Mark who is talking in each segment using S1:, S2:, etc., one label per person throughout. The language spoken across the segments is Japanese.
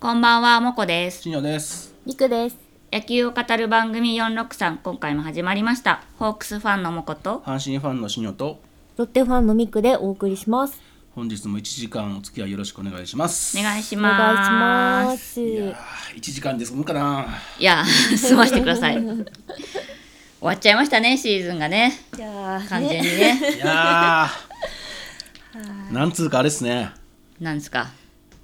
S1: こんばんは、もこです。
S2: 新庄です。
S3: ニクです。
S1: 野球を語る番組463、今回も始まりました。ホークスファンのもこと、
S2: 阪神ファンの新庄と
S3: ロッテファンのミクでお送りします。
S2: 本日も1時間お付き合いよろしくお願いします。
S1: お願いし
S3: お願いし
S1: ま。
S3: ますす。
S2: いやー1時間ですむかな。
S1: いや、 済ましてください。 終わっちゃいましたね、シーズンがね。
S3: じゃあ
S1: 完全
S3: ね
S1: にね。
S2: いやーなんつうかあれですね。
S1: なんですか。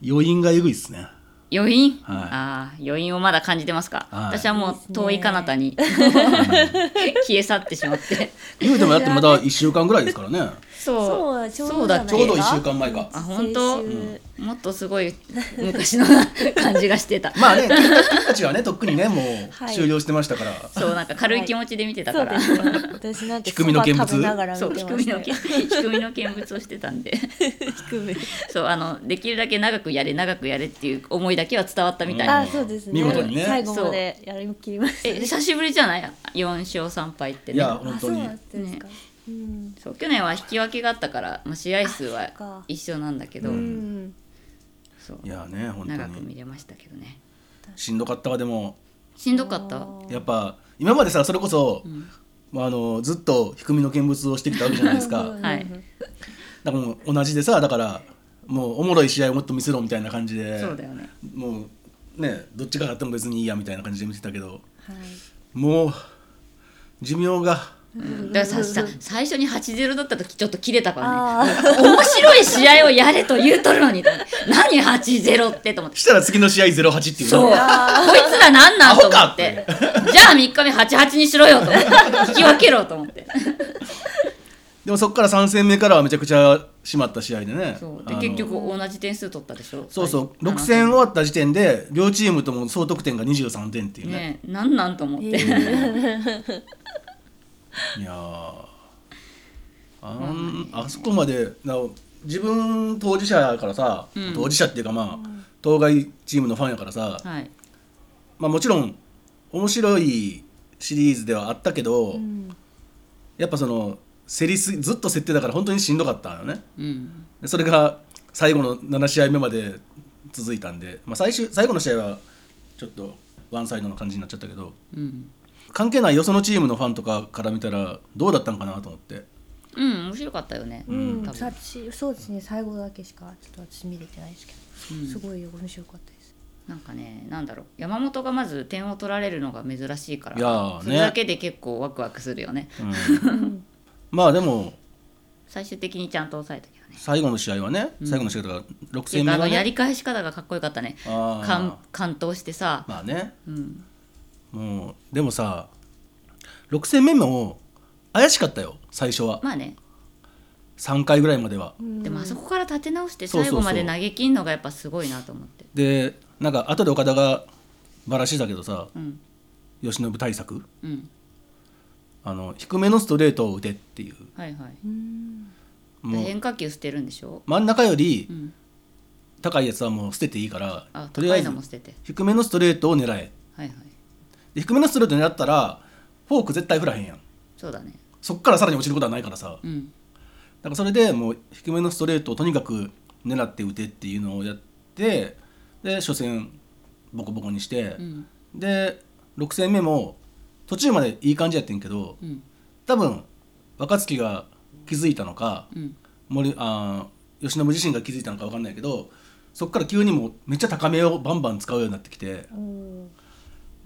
S2: 余韻がえぐいですね。
S1: 余韻、
S2: はい
S1: ああ、余韻をまだ感じてますか。
S2: はい
S1: 私はもう遠い彼方に 消え去ってしまって。
S2: 言うてもだってまだ1週間ぐらいですからね。
S1: そう、
S3: そう
S1: そうだっ
S2: ち
S3: ち
S2: ょ
S3: ょ
S2: う
S3: う
S2: ど
S3: ど
S2: 1
S3: 一
S2: 週
S3: 週
S2: 間前か。
S1: あ本当
S3: 先週
S1: もっとすごい昔の感じがしてた。
S2: まあね、君たちはね、とっくにね、もう
S3: はい
S2: 終了してましたから。
S1: そうなんか軽い気持ちで見てた
S3: そ
S1: か
S3: う
S1: ら。
S3: ですね。私なんて
S2: 低みの見物
S3: そば食べながら見て
S1: そう
S3: まし
S1: 低
S3: た
S1: みの見 低みの見物をしてた んで
S3: 低み。
S1: そうあのできるだけ長くやれ長くやれっていう思いだけは伝わったみたいな、
S3: あ、そうですね。
S2: 見事にね
S3: 最後までやりきりました
S1: え
S3: ね。
S1: 久しぶりじゃない4勝3敗って
S2: い
S1: ね
S2: や、本
S3: あ、そ
S2: 当
S3: う
S2: に。
S3: なんですか。うん。
S1: そう去年は引き分けがあったから、まあ、試合
S3: あ
S1: 数
S3: そっ
S1: は
S3: か
S1: 一緒なんだけど、
S3: うん。
S1: そう
S2: いやね、本当
S1: 長く見
S2: に。
S1: れましたけどね
S2: しんどかったわ、でも、
S1: しんどかった
S3: あ
S2: やっぱ、今までさ、それこそ、
S1: ん
S2: まあ、あのずっと低みの見物をしてきたわけじゃないですか。
S1: はい
S2: だからもう同じでさだからもうおもろい試合をもっと見せろみたいな感じで
S1: そうだよね
S2: もうねどっちが勝っても別にいいやみたいな感じで見てたけど
S3: はい。
S2: もう寿命が
S1: うんだからささ最初に8-0だった時ちょっと切れたからね
S3: ああ。
S1: 面白い試合をやれと言うとるのにと思って何8-0ってと思って
S2: したら次の試合08っていうね
S1: そう。こいつらなんなんと思って。じゃあ3日目88にしろよと思 って。引き分けろと思って。
S2: でもそこから3戦目からはめちゃくちゃ締まった試合でね
S1: そう
S2: あ
S1: で
S2: の
S1: 結局同じ点数取ったでしょ。
S2: そうそう6
S1: 七
S2: 戦終わった時点で両チームとも総得点が23点っていうね
S1: ねえ、なんなんと思って。
S2: いやーあんあそこまでなお自分当事者やからさ、
S1: うん
S2: 当事者っていうかまあ当該チームのファンやからさ、
S1: はい。
S2: まあ、もちろん面白いシリーズではあったけど、
S3: うん。
S2: やっぱその競りすぎずっと競ってたから本当にしんどかったのね
S1: うん。
S2: でそれが最後の7試合目まで続いたんで、まあ、最終最後の試合はちょっとワンサイドな感じになっちゃったけど
S1: うん。
S2: 関係ないよそのチームのファンとかから見たらどうだったんかなと思って
S1: うん、面白かったよね。
S3: うん
S1: 多、
S3: さ
S1: 分
S3: そうですね最後だけしかちょっと私見れてないですけど、すごい面白かったです
S1: なんかね、なんだろう。山本がまず点を取られるのが珍しいから。
S2: いやーね
S1: それだけで結構ワクワクするよね。
S3: うん
S2: まあでも
S1: 最終的にちゃんと抑えたけどね。
S2: 最後の試合はね、最後の試合だから6
S1: ていうか
S2: 戦目
S1: あの
S2: が
S1: や
S2: ね
S1: り返し方がかっこよかったね。
S2: あー
S1: 完完投してさ。
S2: まあね
S1: うん。
S2: もうでもさ6戦目も怪しかったよ最初は
S1: まあね。
S2: 3回ぐらいまでは
S3: うん
S1: でもあそこから立て直して
S2: そう
S1: 最
S2: そうそう
S1: 後まで投げきんのがやっぱすごいなと思って
S2: でなんか後で岡田がバラしてたけどさ
S1: うん
S2: 由伸対策
S1: うん
S2: あの低めのストレートを打てっていう
S1: はいはい
S3: うん
S2: もう
S1: 変化球捨てるんでしょ、
S2: 真ん中よ
S1: う
S2: り
S1: ん、
S2: 高いやつはもう捨てていいから、
S1: あ
S2: とり
S1: 高
S2: あ
S1: い
S2: え
S1: の
S2: ず
S1: も捨てて
S2: 低めのストレートを狙え
S1: はいはい
S2: で低めのストレート狙ったらフォーク絶対振らへんやん
S1: そうだね
S2: そっからさらに落ちることはないからさ
S1: うん
S2: だからそれでもう低めのストレートをとにかく狙って打てっていうのをやってで初戦ボコボコにして
S1: う、ん
S2: で6戦目も途中までいい感じやってんけど
S1: うん
S2: 多分若月が気づいたのか
S1: うん
S2: 森あー吉野自身が気づいたのか分かんないけどそっから急にもうめっちゃ高めをバンバン使うようになってきて
S3: おー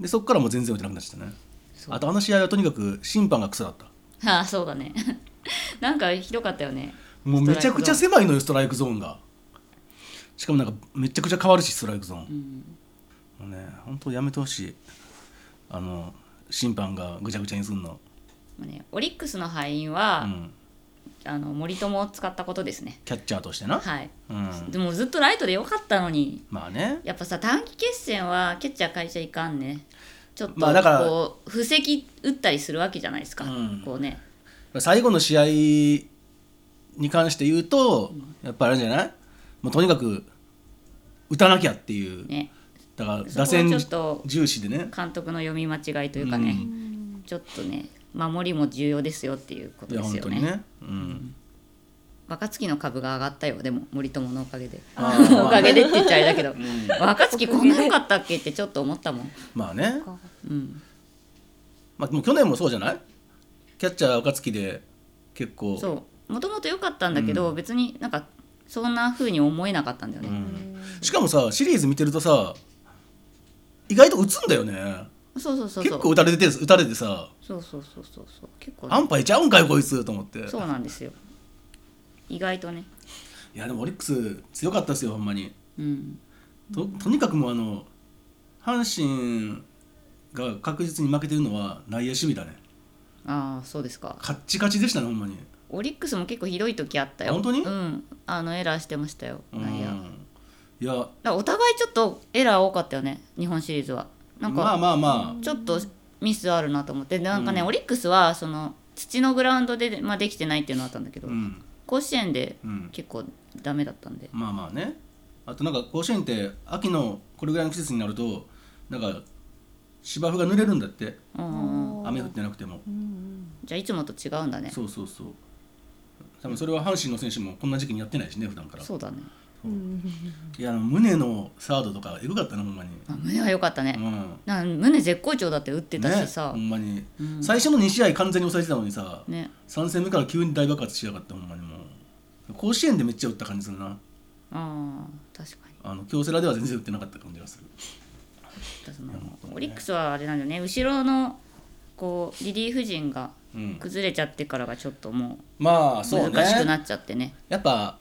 S2: でそっからもう全然打てなくなっちゃったね
S1: そう
S2: あとあの試合はとにかく審判がクソだっ た
S1: あそうだね なんかひどかったよね
S2: もうめちゃくちゃ
S1: スト
S2: 狭いのよストライクゾーンがしかもなんかめちゃくちゃ変わるしストライクゾーン
S1: ライクゾーン、うん、
S2: もうね本当やめてほしいあの審判がぐちゃぐちゃにすんの
S1: まあねオリックスの敗因
S2: う
S1: は、
S2: ん、
S1: あの森友を使ったことですね
S2: キャッチャーとしてな、
S1: はい、
S2: うん、
S1: でもずっとライトでよかったのに
S2: まあね
S1: やっぱさ短期決戦はキャッチャー変えちゃいかんねちょっとこう、
S2: まあだから
S1: 布石打ったりするわけじゃないですか、
S2: うん
S1: こうね
S2: 最後の試合に関して言うと、やっぱあれじゃないもうとにかく打たなきゃっていう、
S1: ね
S2: だから
S1: そこは
S2: 打
S1: ちょ
S2: 線
S1: っと
S2: 重視でね
S1: 監督の読み間違いというかね、ちょっとね守りも重要ですよっていうこと
S2: い
S1: で
S2: や
S1: す
S2: 本
S1: よ
S2: 当
S1: ね
S2: にね、うん
S1: 若槻の株が上がったよでも森友のおかげで
S2: あー
S1: おかげでって言っちゃあれだけ ど、若槻こんな良かったっけってちょっと思ったもん、
S2: まあね、
S3: か
S1: うん、
S2: まあ、でも去年もそうじゃないキャッチャー若月で結構
S1: そうもともと良かったんだけど、別になんかそんな風に思えなかったんだよね、
S2: しかもさシリーズ見てるとさ意外と打つんだよね
S1: そうそうそうそ
S2: 結
S1: う
S2: 構打たれて打たれてさ
S1: そうそうそうそうそう結構
S2: 安牌ちゃうんかよこいつと思って
S1: そうなんですよ意外とね
S2: いやでもオリックス強かったですよほんまに
S1: うん
S2: ととにかくもうあの阪神が確実に負けてるのは内野守備だね
S1: ああそうですか
S2: カッチカチでしたねほんまに
S1: オリックスも結構ひどい時あったよ
S2: 本当に
S1: うんあのエラーしてましたよ
S2: うん
S1: 内野
S2: いや
S1: だからお互いちょっとエラー多かったよね日本シリーズはなん
S2: まあ
S1: か
S2: まあま
S1: ちょっとミスあるなと思ってでなんかね、オリックスはその土のグラウンドで、まあ、できてないっていうのはあったんだけ
S2: あ
S1: ど、
S2: うん
S1: 甲子園で
S2: うん
S1: 結構ダメだったんで
S2: まあまあねあとなんか甲子園って秋のこれぐらいの季節になるとなんか芝生が濡れるんだって
S1: うん
S3: あー
S2: 雨降ってなくても
S1: じゃあいつもと違うんだね
S2: そうそうそう多分それは阪神の選手もこんな時期にやってないしね普段から
S1: そうだね
S2: いやあの胸のサードとかエグかったなほんまに
S1: あ胸は良かったね、
S2: うん
S1: なん胸絶好調だって打ってた
S2: ね
S1: しさ
S2: ほ、んまに、最初の2試合完全に抑えてたのにさ、
S1: ね
S2: 3戦目から急に大爆発しやがってほんまにもう甲子園でめっちゃ打った感じするな
S1: ああ確かに
S2: あの京セラでは全然打ってなかった感じがする
S1: だからそ
S2: いや本当
S1: の
S2: にね
S1: オリックスはあれなんだよね後ろのこうリリーフ陣が
S2: うん
S1: 崩れちゃってからがちょっとも
S2: まあ
S1: う
S2: そうね
S1: 難しくなっちゃってね
S2: やっぱ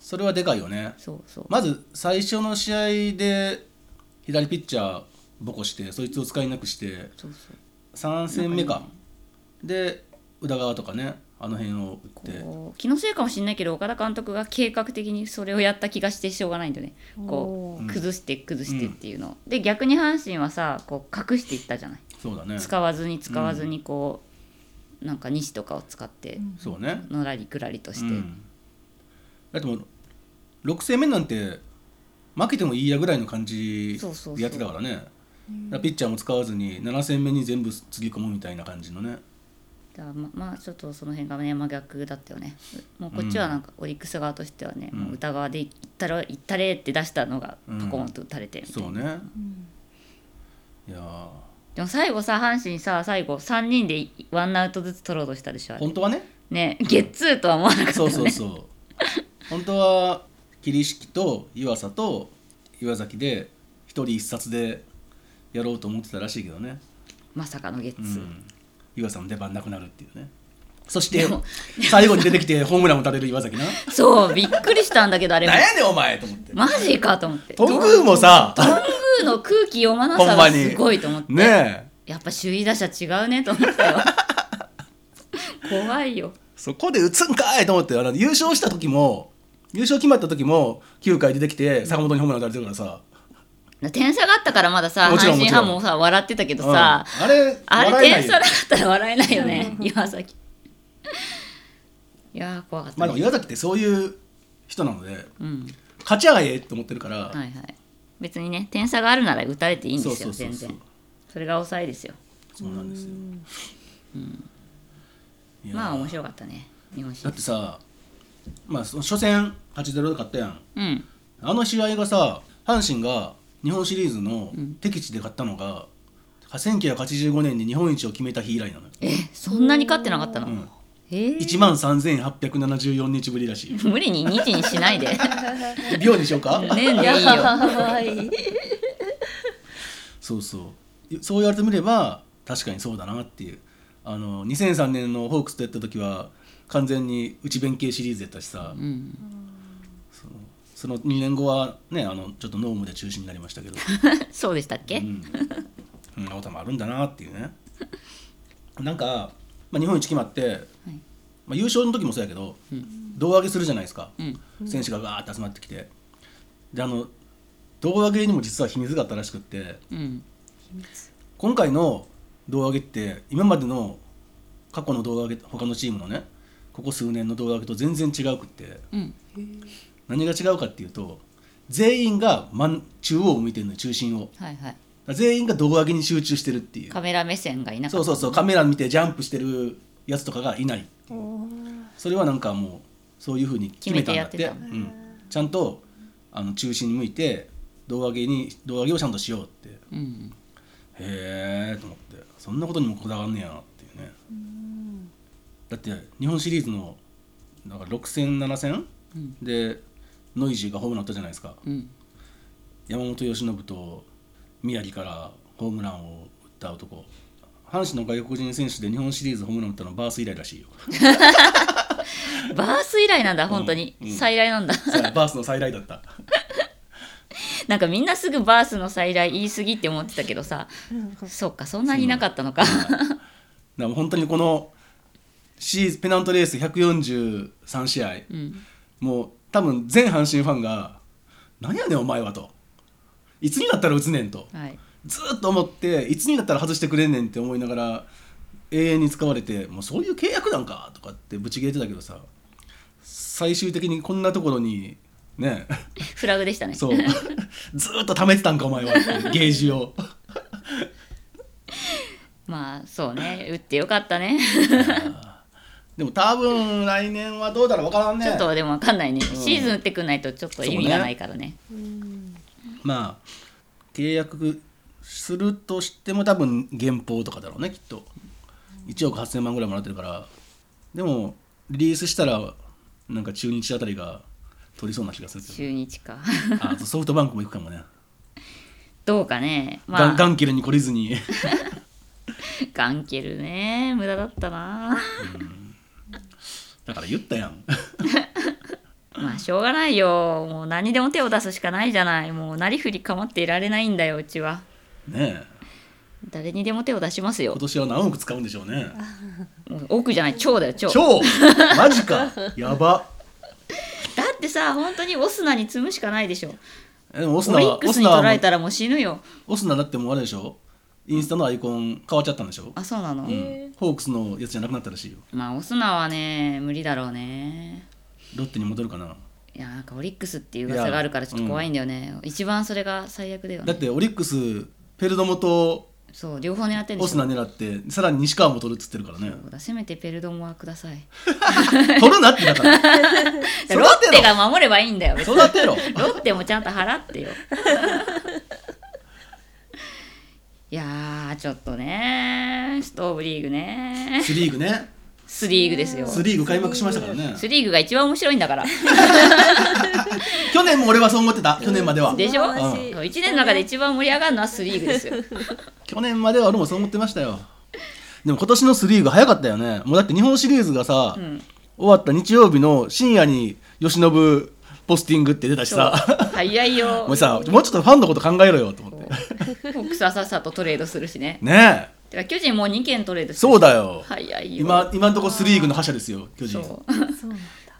S2: それはでかいよね
S1: そうそう
S2: まず最初の試合で左ピッチャーボコしてそいつを使いなくして
S1: そうそう
S2: 3戦目かで宇田川とかねあの辺を打って
S1: こう気のせいかもしれないけど岡田監督が計画的にそれをやった気がしてしょうがないんだよねこ
S3: お
S1: う崩して崩してっていうの、で逆に阪神はさこう隠していったじゃない
S2: そうだね
S1: 使わずに使わずにこう、なんか西とかを使って
S2: そうね
S1: のらりくらりとし
S2: う
S1: て、
S2: ん、だってもう6戦目なんて負けてもいいやぐらいの感じ
S1: そうそうそう
S2: でやってたからねだからピッチャーも使わずに7戦目に全部つぎ込むみたいな感じのね
S1: だからままあちょっとその辺がね真逆だったよねもうこっちはなんかオリックス側としてはね、もう歌側で「いったれいったれ」って出したのが
S2: うん
S1: パコーンと打たれてみたいな、
S2: そうね、いやー
S1: でも最後さ阪神さ最後3人でいワンアウトずつ取ろうとしたでしょあれ
S2: 本当は ね
S1: ねゲッツーとは思わなかったよ
S2: そう
S1: ね
S2: そうそう本当は桐敷と湯浅と岩崎で1人1冊でやろうと思ってたらしいけどね、
S1: まさかのゲッ
S2: う
S1: ツー、
S2: ん、湯浅の出番なくなるっていうねそして
S1: でも
S2: 最後に出てきてホームランを打たれる岩崎な
S1: そうびっくりしたんだけどあれも
S2: なん やねんお前と思って
S1: マジかと思って
S2: 頓宮もさ
S1: 頓宮の空気読まなさがすごいと思って、
S2: ねえ
S1: やっぱ首位打者違うねと思 ったよ怖いよ
S2: そこで打つんかいと思ってあの優勝した時も優勝決まった時も9回出てきて坂本にホームラン打たれてるからさ
S1: 点差があったからまださ
S2: も
S1: 阪
S2: ちろん
S1: 神
S2: もちろん
S1: 派もさ笑ってたけどさ、
S2: うんあれ
S1: あれ
S2: 笑えな
S1: 点
S2: いよ
S1: 差だったら笑えないよね岩崎いやー怖かっ
S2: ま
S1: た、
S2: あでも
S1: ね
S2: 岩崎ってそういう人なので
S1: うん
S2: 勝ち上がえって思ってるから、
S1: はいはい別にね点差があるなら打たれていいんですよ
S2: そうそうそうそ
S1: 全
S2: う
S1: 然それが抑えですよ
S2: そうなんですよ、いや
S1: まあ面白かったね日本シリ
S2: だっ
S1: ー
S2: て
S1: ズ
S2: さまあその初戦8-0で勝ったやん
S1: うん
S2: あの試合がさ阪神が日本シリーズの敵地で勝ったのが、1985年に日本一を決めた日以来なのよ
S1: えそんなに勝ってなかったの、
S2: ん
S1: えー
S2: 1万3874日ぶりらし いよ
S1: 無理に日にし ないでね
S2: 秒にしようか
S1: えねえいい
S3: い
S1: よ
S2: そうそうそう言われてみれば確かにそうだなっていうあの2003年のホークスとやった時は完全に内弁慶シリーズやったしさ、
S1: うん、
S2: そのその2年後はねあのちょっとノームで中止になりましたけど
S1: そうでしたっけ、
S2: うんそんなこともあるんだなっていうねなんか、まあ、日本一決まって、まあ、優勝の時もそうやけど、胴上げするじゃないですか、
S1: ん
S2: 選手がガーッて集まってきてであの胴上げにも実は秘密があったらしくって
S1: うん、
S2: 今回の胴上げって今までの過去の胴上げ他のチームのねここ数年の胴上げと全然違うくって
S1: うん、
S2: 何が違うかっていうと全員が真ん中央を向いてるのよ中心をだか
S1: はいはい
S2: ら全員が胴上げに集中してるっていう
S1: カメラ目線がいなか
S2: そ
S1: っ
S2: う
S1: た
S2: そうそうカメラ見てジャンプしてるやつとかがいないそれはなんかもうそういうふうに決めたんだって
S1: 決めてやって
S3: た
S2: うん、ちゃんとあの中心に向いて胴上げに胴上げをちゃんとしようってへ
S4: うん
S2: えと思ってそんなことにもこだわんねやなっていうねだって日本シリーズのなんか6戦7戦
S4: うん
S2: でノイジーがホームラン打ったじゃないですか
S4: うん
S2: 山本由伸と宮城からホームランを打った男阪神の外国人選手で日本シリーズホームラン打ったのバース以来らしいよ
S1: バース以来なんだ本当に、
S2: うんうん
S1: 再来なんだ
S2: さあバースの再来だった
S1: なんかみんなすぐバースの再来言い過ぎって思ってたけどさそうかそんなになかったのか
S2: だから本当にこのシリーズペナントレース143試合、
S4: うん
S2: もう多分全阪神ファンが「何やねんお前は」と「いつになったら打つねん」と
S1: はい
S2: ずーっと思って「いつになったら外してくれんねん」って思いながら永遠に使われて「もうそういう契約なんか」とかってブチ切れてたけどさ最終的にこんなところにね
S1: フラグでしたね
S2: そう ずーっと貯めてたんかお前はってゲージを。
S1: まあそうね打ってよかったね
S2: でも多分来年はどうだろう分からんね
S1: ちょっとでもわかんないね、シーズン打ってくんないとちょっと意味がないからね
S2: まあ契約するとしても多分減俸とかだろうねきっと1億8000万ぐらいもらってるからでもリリースしたらなんか中日あたりが取りそうな気がするけ
S1: 中日か
S2: どああとソフトバンクも行くかもね、
S1: どうかね
S2: ガ
S1: ま
S2: ン
S1: あ
S2: ガンケルに懲りずに
S1: ガンケルね無駄だったな
S2: だから言ったやん
S1: まあしょうがないよもう何にでも手を出すしかないじゃないもうなりふり構っていられないんだようちは
S2: ねえ
S1: 誰にでも手を出しますよ
S2: 今年は何億使うんでしょうね
S1: もう奥じゃない超だよ超
S2: 超マジかやば
S1: だってさ本当にオスナに積むしかないでしょ
S2: えでもオス
S1: オ
S2: ナ
S1: リ
S2: は
S1: ック
S2: オ
S1: ス
S2: ス
S1: に
S2: ナ
S1: 取ら
S2: は
S1: れたらもう死ぬよ
S2: オスナだってもうあれでしょインスタのアイコン変わっちゃったんでしょ
S1: あそうなの、
S2: うんホークスのやつじゃなくなったらしいよ
S1: まあオスナはね無理だろうね
S2: ロッテに戻るかない
S1: やなんかオリックスっていう噂があるからちょっと怖いんだよね、一番それが最悪だよね
S2: だってオリックスペルドモと
S1: そう両方狙ってんで
S2: オ
S1: し
S2: ス
S1: ょ
S2: ナ狙ってさらに西川も取るっつってるからね
S1: そうだせめてペルドモはください
S2: 取るなってだから 育て
S1: ロ
S2: ろ
S1: ッテが守ればいいんだよ別に
S2: 育てろ
S1: ロッテもちゃんと払ってよ いやーちょっとねストーブリーグね
S2: スリーグね
S1: スリーグですよ
S2: ス
S1: ス
S2: リーグ開幕しましたからね
S1: リーグが一番面白いんだ から
S2: 去年も俺はそう思ってた去年までは
S1: でしょ、
S3: うん
S1: 1年の中で一番盛り上がるのはスリーグですよ
S2: 去年までは俺もそう思ってましたよでも今年のスリーグ早かったよねもうだって日本シリーズがさ、
S1: ん
S2: 終わった日曜日の深夜に由伸ポスティングって出たし
S1: そう
S2: さ
S1: 早いよ
S2: もうさもうちょっとファンのこと考えろよと思
S1: こ
S2: って
S1: うホークスはさっさとトレードするしね
S2: ねえ
S1: てか巨人もう2件トレードする
S2: そうだよ
S1: 早いよ
S2: 今今んとこスリーグの覇者ですよ巨
S1: そ
S2: 人
S1: う
S3: そうなんだ
S1: っ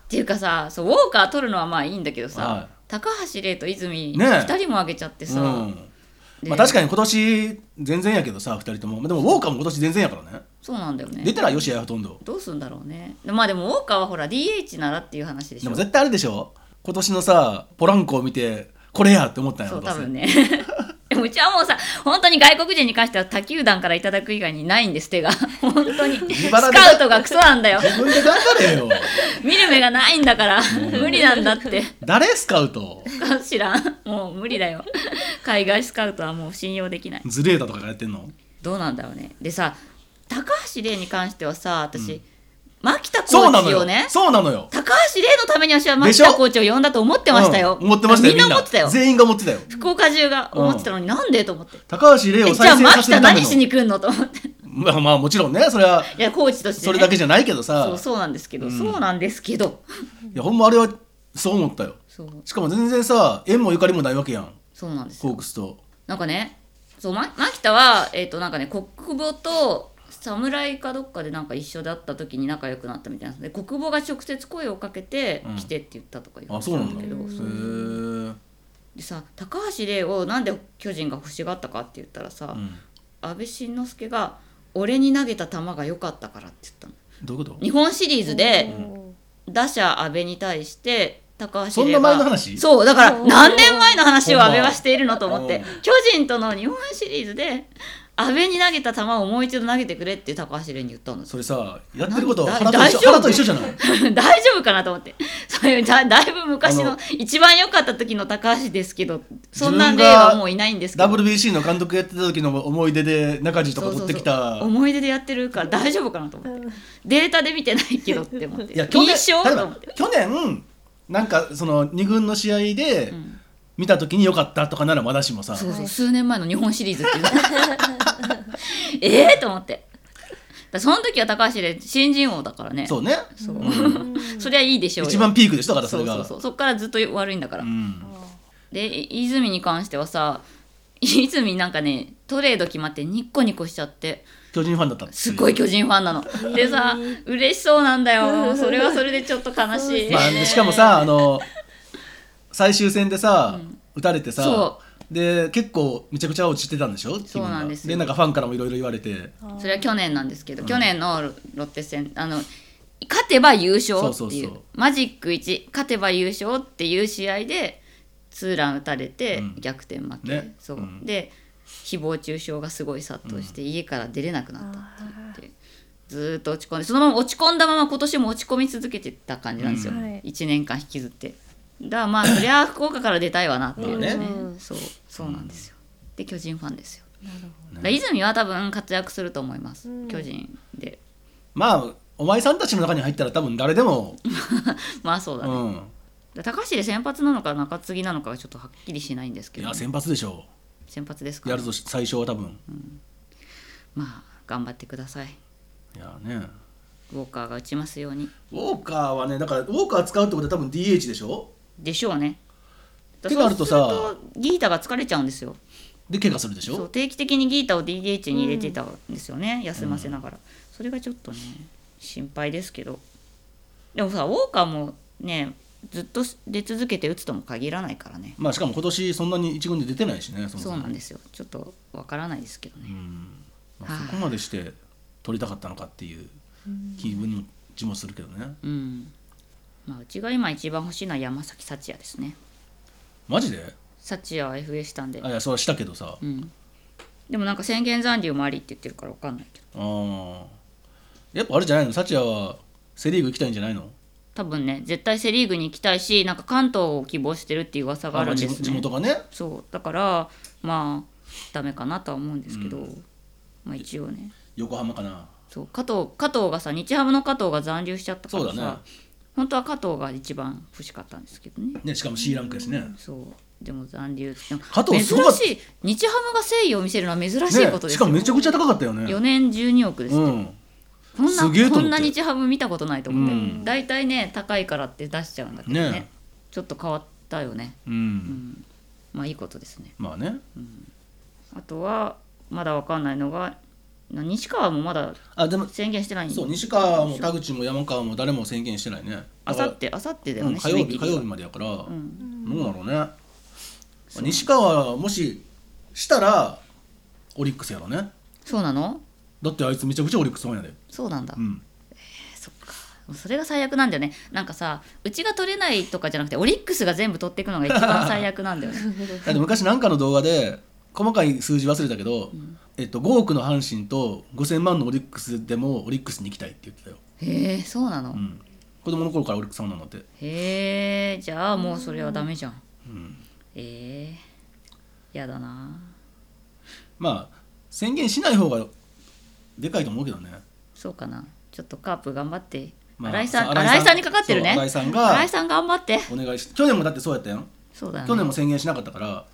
S1: ていうかさそうウォーカー取るのはまあいいんだけどさ、
S2: はい
S1: 高橋礼と泉、
S2: ねえ
S1: 2人も上げちゃってさ、
S2: うん
S1: で
S2: まあ、確かに今年全然やけどさ2人ともまあでもウォーカーも今年全然やからね
S1: そうなんだよ
S2: 出
S1: ね
S2: たらよしやほとんど
S1: どうすんだろうねでまあでもウォーカーはほら DH ならっていう話でし
S2: で
S1: ょ
S2: も絶対あれでしょ今年のさポランコを見てこれやって思ったんや
S1: そ
S2: ろ
S1: う多分
S2: ね
S1: ね でもうちはもうさ本当に外国人に関しては他球団からいただく以外にないんです 手が本当にスカ
S2: 腹で
S1: ウトがクソなんだ よ
S2: 自分で頑張れよ
S1: 見る目がないんだから無理なんだって
S2: 誰スカウト
S1: 知らんもう無理だよ海外スカウトはもう信用できない
S2: ズレータとかがやって んの
S1: どうなんだろうねでさ高橋礼に関してはさ私、牧田コ
S2: そうな
S1: ー
S2: の
S1: チを
S2: よ、
S1: ね
S2: そうなのよ
S1: 高橋礼のために私は
S2: で
S1: 牧
S2: しょ
S1: 田コーチを呼んだと思ってましたよ、
S2: うん思ってましたよ
S1: みんな思ってたよ
S2: 全員が思ってたよ
S1: 福岡中が思ってたのになんでと思って、
S2: 高橋玲
S1: え
S2: を
S1: じゃあ
S2: 再生さ
S1: 牧
S2: せる
S1: 田
S2: ため
S1: 何し
S2: の
S1: に来んのと思って
S2: まあまあもちろんねそれはい
S1: やコーチとして、ね、
S2: それだけじゃないけどさ、
S1: そうそうなんですけど、そうなんですけど
S2: いやほんまあれはそう思ったよ
S1: そう
S2: しかも全然さ縁もゆかりもないわけやん
S1: そうなんです
S2: ホ
S1: よ
S2: ークスと
S1: なんかねそうま牧田はえっ、となんかね国母と侍かどっかでなんか一緒だった時に仲良くなったみたいなんですで国母が直接声をかけて
S2: うん
S1: 来てって言ったとかいう
S2: あ
S1: 話
S2: そうなん
S1: だ
S2: だ
S1: け
S2: へ
S1: ど、
S2: ー
S1: でさ高橋礼をなんで巨人が欲しがったかって言ったらさ、
S2: うん
S1: 安倍晋之助が俺に投げた球が良かったからって言ったの
S2: どういうこと
S1: 日本シリーズで
S3: おー
S1: 打者安倍に対して高橋
S2: そん
S1: 玲
S2: な
S1: が
S2: 前の話
S1: そうだから
S3: おー
S1: 何年前の話を安倍はしているのと思っ
S2: ほん
S1: て
S2: ま
S1: 巨人との日本シリーズで安倍に投げた球をもう一度投げてくれって高橋蓮に言ったんです
S2: それさやってること
S1: な
S2: は
S1: ん
S2: 原と
S1: だ
S2: 一緒
S1: 大丈夫
S2: 原と一緒じゃな い
S1: 大丈夫かなと思ってそういうだだいぶ昔
S2: あ
S1: の
S2: の
S1: 一番良かった時の高橋ですけどそんな
S2: 自
S1: 例
S2: 分が
S1: はもういないんですけど
S2: WBC の監督やってた時の思い出で中地とか取ってきた
S1: 思い出でやってるから大丈夫かなと思ってデータで見てないけどって思って
S2: いや去年
S1: 印象
S2: 例え
S1: と
S2: ば
S1: 思って
S2: 去年なんかその2軍の試合で
S1: ん
S2: 見た時に良かったとかならまだしもさ
S1: そうそう、
S3: はい
S1: 数年前の日本シリーズっていうのええと思ってだその時は高橋で新人王だからね
S2: そうね
S1: そう
S3: うん
S1: そりゃいいでしょうよ
S2: 一番ピークでしたからそ
S1: そ
S2: れ
S1: うそう
S2: が
S1: そうそっからずっと悪いんだから、
S2: うん
S1: でい泉に関してはさ泉なんかねトレード決まってニッコニコしちゃって
S2: 巨人ファンだったってう
S1: すっごい巨人ファンなのでさ嬉しそうなんだよそれはそれでちょっと悲しい、
S2: まあ、しかもさあの最終戦でさ、打たれてさ
S1: そ
S2: で結構めちゃくちゃ落ちてたんでしょ
S1: そうなんですよ
S2: 気分がでなんかファンからもいろいろ言われて
S1: それは去年なんですけど、去年のロッテ戦あの勝てば優勝っていう
S2: そうそうそう
S1: マジック1勝てば優勝っていう試合でツーラン打たれて
S2: うん
S1: 逆転負け、
S2: ね
S1: そう、
S2: うん
S1: で誹謗中傷がすごい殺到して家から出れなくなったって言って、ずーっと落ち込んでそのまま落ち込んだまま今年も落ち込み続けてた感じなんですよ、
S2: うん
S3: はい
S1: 1年間引きずってだからま あそりゃ福岡から出たいわなっていうね,、
S2: ま
S3: あね
S1: そうそうなんですよで巨人ファンですよだから
S2: ね
S1: 泉は多分活躍すると思います、
S3: うん
S1: 巨人で
S2: まあお前さんたちの中に入ったら多分誰でも、
S1: まあそうだ
S2: う
S1: ね、
S2: ん、
S1: だから高橋で先発なのか中継ぎなのかはちょっとはっきりしないんですけ
S2: い
S1: ど
S2: や先発でしょ
S1: 先発ですか
S2: う
S1: ら
S2: やるぞ最初は多分、
S1: まあ頑張ってください
S2: いやね
S1: ウォーカーが打ちますように
S2: ウォーカーはねだからウォーカー使うってことは多分 DH でしょ
S1: でしょうねだ
S2: ってなるとさ
S1: そうするとギータが疲れちゃうんですよ
S2: で怪我するでし
S1: そう
S2: ょ
S1: 定期的にギータを DH に入れてたんですよね、休ませながら、それがちょっとね心配ですけどでもさウォーカーもねずっと出続けて打つとも限らないからね
S2: まあしかも今年そんなに一軍で出てないしねそもそ
S1: そ
S2: も
S1: うなんですよちょっとわからないですけどね
S2: うんまあ、そこまでして取りたかったのかっていう気分ちもするけどね
S1: うんまあうちが今一番欲しいのは山崎幸也ですね
S2: マジで
S1: 幸也は FA したんで
S2: あいやそれはしたけどさ、
S1: うんでもなんか宣言残留もありって言ってるからわかんないけど
S2: あーやっぱあれじゃないのサチアはセ・リーグ行きたいんじゃないの
S1: 多分ね絶対セ・リーグに行きたいしなんか関東を希望してるっていう噂があ
S2: ま
S1: る
S2: あ
S1: ん
S2: 地
S1: です
S2: 地
S1: ね
S2: 元がね
S1: そうだからまあダメかなとは思うんですけど、まあ一応ね
S2: 横浜かな
S1: そう加藤加藤がさ日ハムの加藤が残留しちゃったからさ
S2: そうだね
S1: 本当は加藤が一番欲しかったんですけどね
S2: ねしかも C ランクやしね
S1: そうでも残留でも
S2: 加藤すごかっ
S1: 珍しい日ハムが誠意を見せるのは珍しいこと
S2: ね
S1: で
S2: し
S1: すよ、
S2: かもめちゃくちゃ高かったよね
S1: 4年12億です、
S2: うん
S1: こん
S2: すげえ
S1: な
S2: と思って
S1: こんな日ハム見たことないと思って、
S2: うん
S1: 大体ね高いからって出しちゃうんだけどね
S2: ね
S1: ちょっと変わったよね
S2: うん、
S1: まあいいことですね
S2: まあね
S1: あとはまだわかんないのがな西川もまだ
S2: あでも
S1: 宣言してないん
S2: そう西川も田口も山川も誰も宣言してないね
S1: あさっ
S2: だか
S1: てあさってだ
S2: ら
S1: よね、
S2: うん火曜日
S1: が
S2: 火曜日までやから、
S1: うん、
S2: どうだろうねまあ西川はもししたらオリックスやろね
S1: そうなの
S2: だってあいつめちゃくちゃオリックスファンやで
S1: そうなんだ、
S2: うん
S1: そっかそれが最悪なんだよねなんかさうちが取れないとかじゃなくてオリックスが全部取っていくのが一番最悪なんだよね
S2: だって昔なんかの動画で細かい数字忘れたけど、えっと、5億の阪神と5000万のオリックスでもオリックスに行きたいって言ってたよ、
S1: へえそうなの、
S2: うん、子供の頃からオリックスファンなんだって
S1: へえじゃあもうそれはダメじゃん
S2: ん
S1: ええやだな
S2: まあ宣言しない方がでかいと思うけどね、
S1: そうかなちょっとカープ頑張って、
S2: まあ
S1: 新井さん
S2: そう
S1: 新井さんにかかってるね
S2: そう新井さんが
S1: 新井さん頑張って
S2: お願いし去年もだってそうやったやん、
S1: そうだよね
S2: 去年も宣言しなかったからだか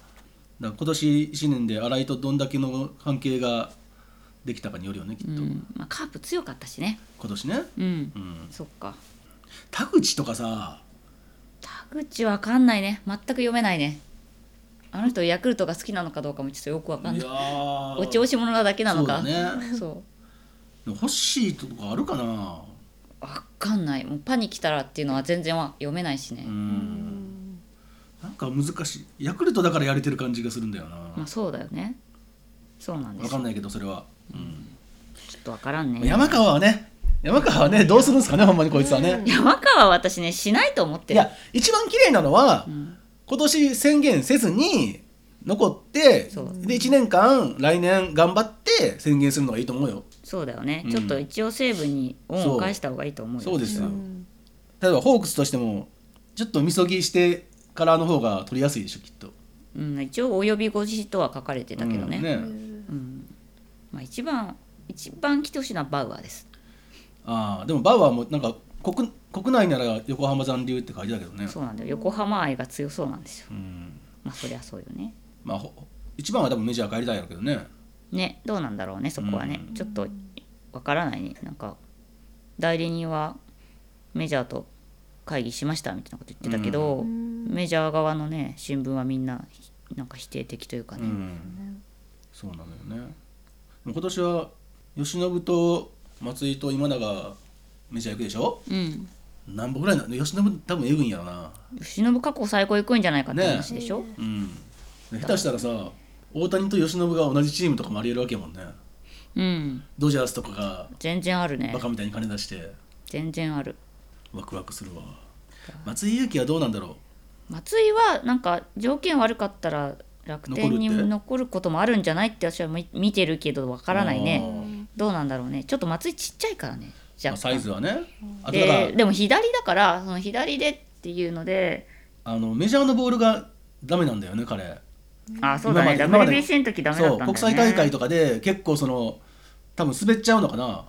S2: ら今年1年で新井とどんだけの関係ができたかによるよねきっと、
S1: うんまあ、カープ強かったしね
S2: 今年ね、
S1: うん、
S2: うん、
S1: そっか
S2: 田口とかさ
S1: 田口わかんないね全く読めないねあの人ヤクルトが好きなのかどうかもちょっとよくわ
S2: い
S1: か
S2: や
S1: んない
S2: ー
S1: お調子者なだけなのか
S2: そうだね
S1: そう
S2: 欲しいとかあるかな
S1: わかんないもうパに来たらっていうのは全然は読めないしね、
S2: うんなんか難しいヤクルトだからやれてる感じがするんだよな、
S1: まあそうだよねそうなんで
S2: 分
S1: す
S2: かん
S1: よ
S2: ないけどそれは、うん
S1: ちょっとわからんね
S2: 山川はね山川はねどうするんですかねほんまにこいつはね、い
S1: 山川は私ねしないと思ってる
S2: や一番綺麗なのは、
S1: ん
S2: 今年宣言せずに残って
S1: そう
S2: で1年間来年頑張って宣言するのがいいと思うよ
S1: そうだよね、
S2: うん
S1: ちょっと一応西武に恩を返した方がいいと思うよ
S2: そうですよ、
S3: うん
S2: 例えばホークスとしてもちょっとみそぎしてからの方が取りやすいでしょきっと
S1: うん、一応「お呼び越し」とは書かれてたけどね,、
S2: う
S1: うんん
S3: うん
S1: まあ、一番一番来てほしいのはバウアーです
S2: ああでもバウアーもなんか国国内なら横浜残留って書いてたけどね
S1: そうなんだよ横浜愛が強そうなんですよ
S2: うん
S1: まあそりゃそうよね
S2: まあほ一番は多分メジャー帰りたいやろうけどね
S1: ねどうなんだろうねそこはね、ちょっとわからないねなんか代理人はメジャーと会議しましたみたいなこと言ってたけど、メジャー側のね新聞はみんなひなんか否定的というか
S2: う
S1: ね、
S2: んそうなのよねもう今年は由伸と松井と今永メジャー行くでしょ
S1: うん、
S2: 何本ぐらいなの由伸多分えぐいんやろな
S1: 忍過去最高行くんじゃないかって話でしょ、
S2: うんで下手したらさ大谷と由伸が同じチームとかもありえるわけやもんね
S1: うん
S2: ドジャースとかが
S1: 全然あるね
S2: バカみたいに金出して
S1: 全然ある
S2: ワクワクするわ松井裕樹はどうなんだろ
S1: 松井はなんか条件悪かったら楽天に
S2: 残るって
S1: 残ることもあるんじゃないって私はみ見てるけどわ
S2: う
S1: からないね
S2: ね
S1: どうなんだろうねちょっと松井ちっちゃいからねじゃ
S2: サイズはねあとだから
S1: ででも左だからその左でっていうので
S2: あのメジャーのボールがダメなんだよね彼
S1: あそうだね
S2: 今まで
S1: WBC の時ダメだ
S2: そ
S1: っ
S2: う
S1: たんだよね
S2: 国際大会とかで結構その多分滑っちゃうのかな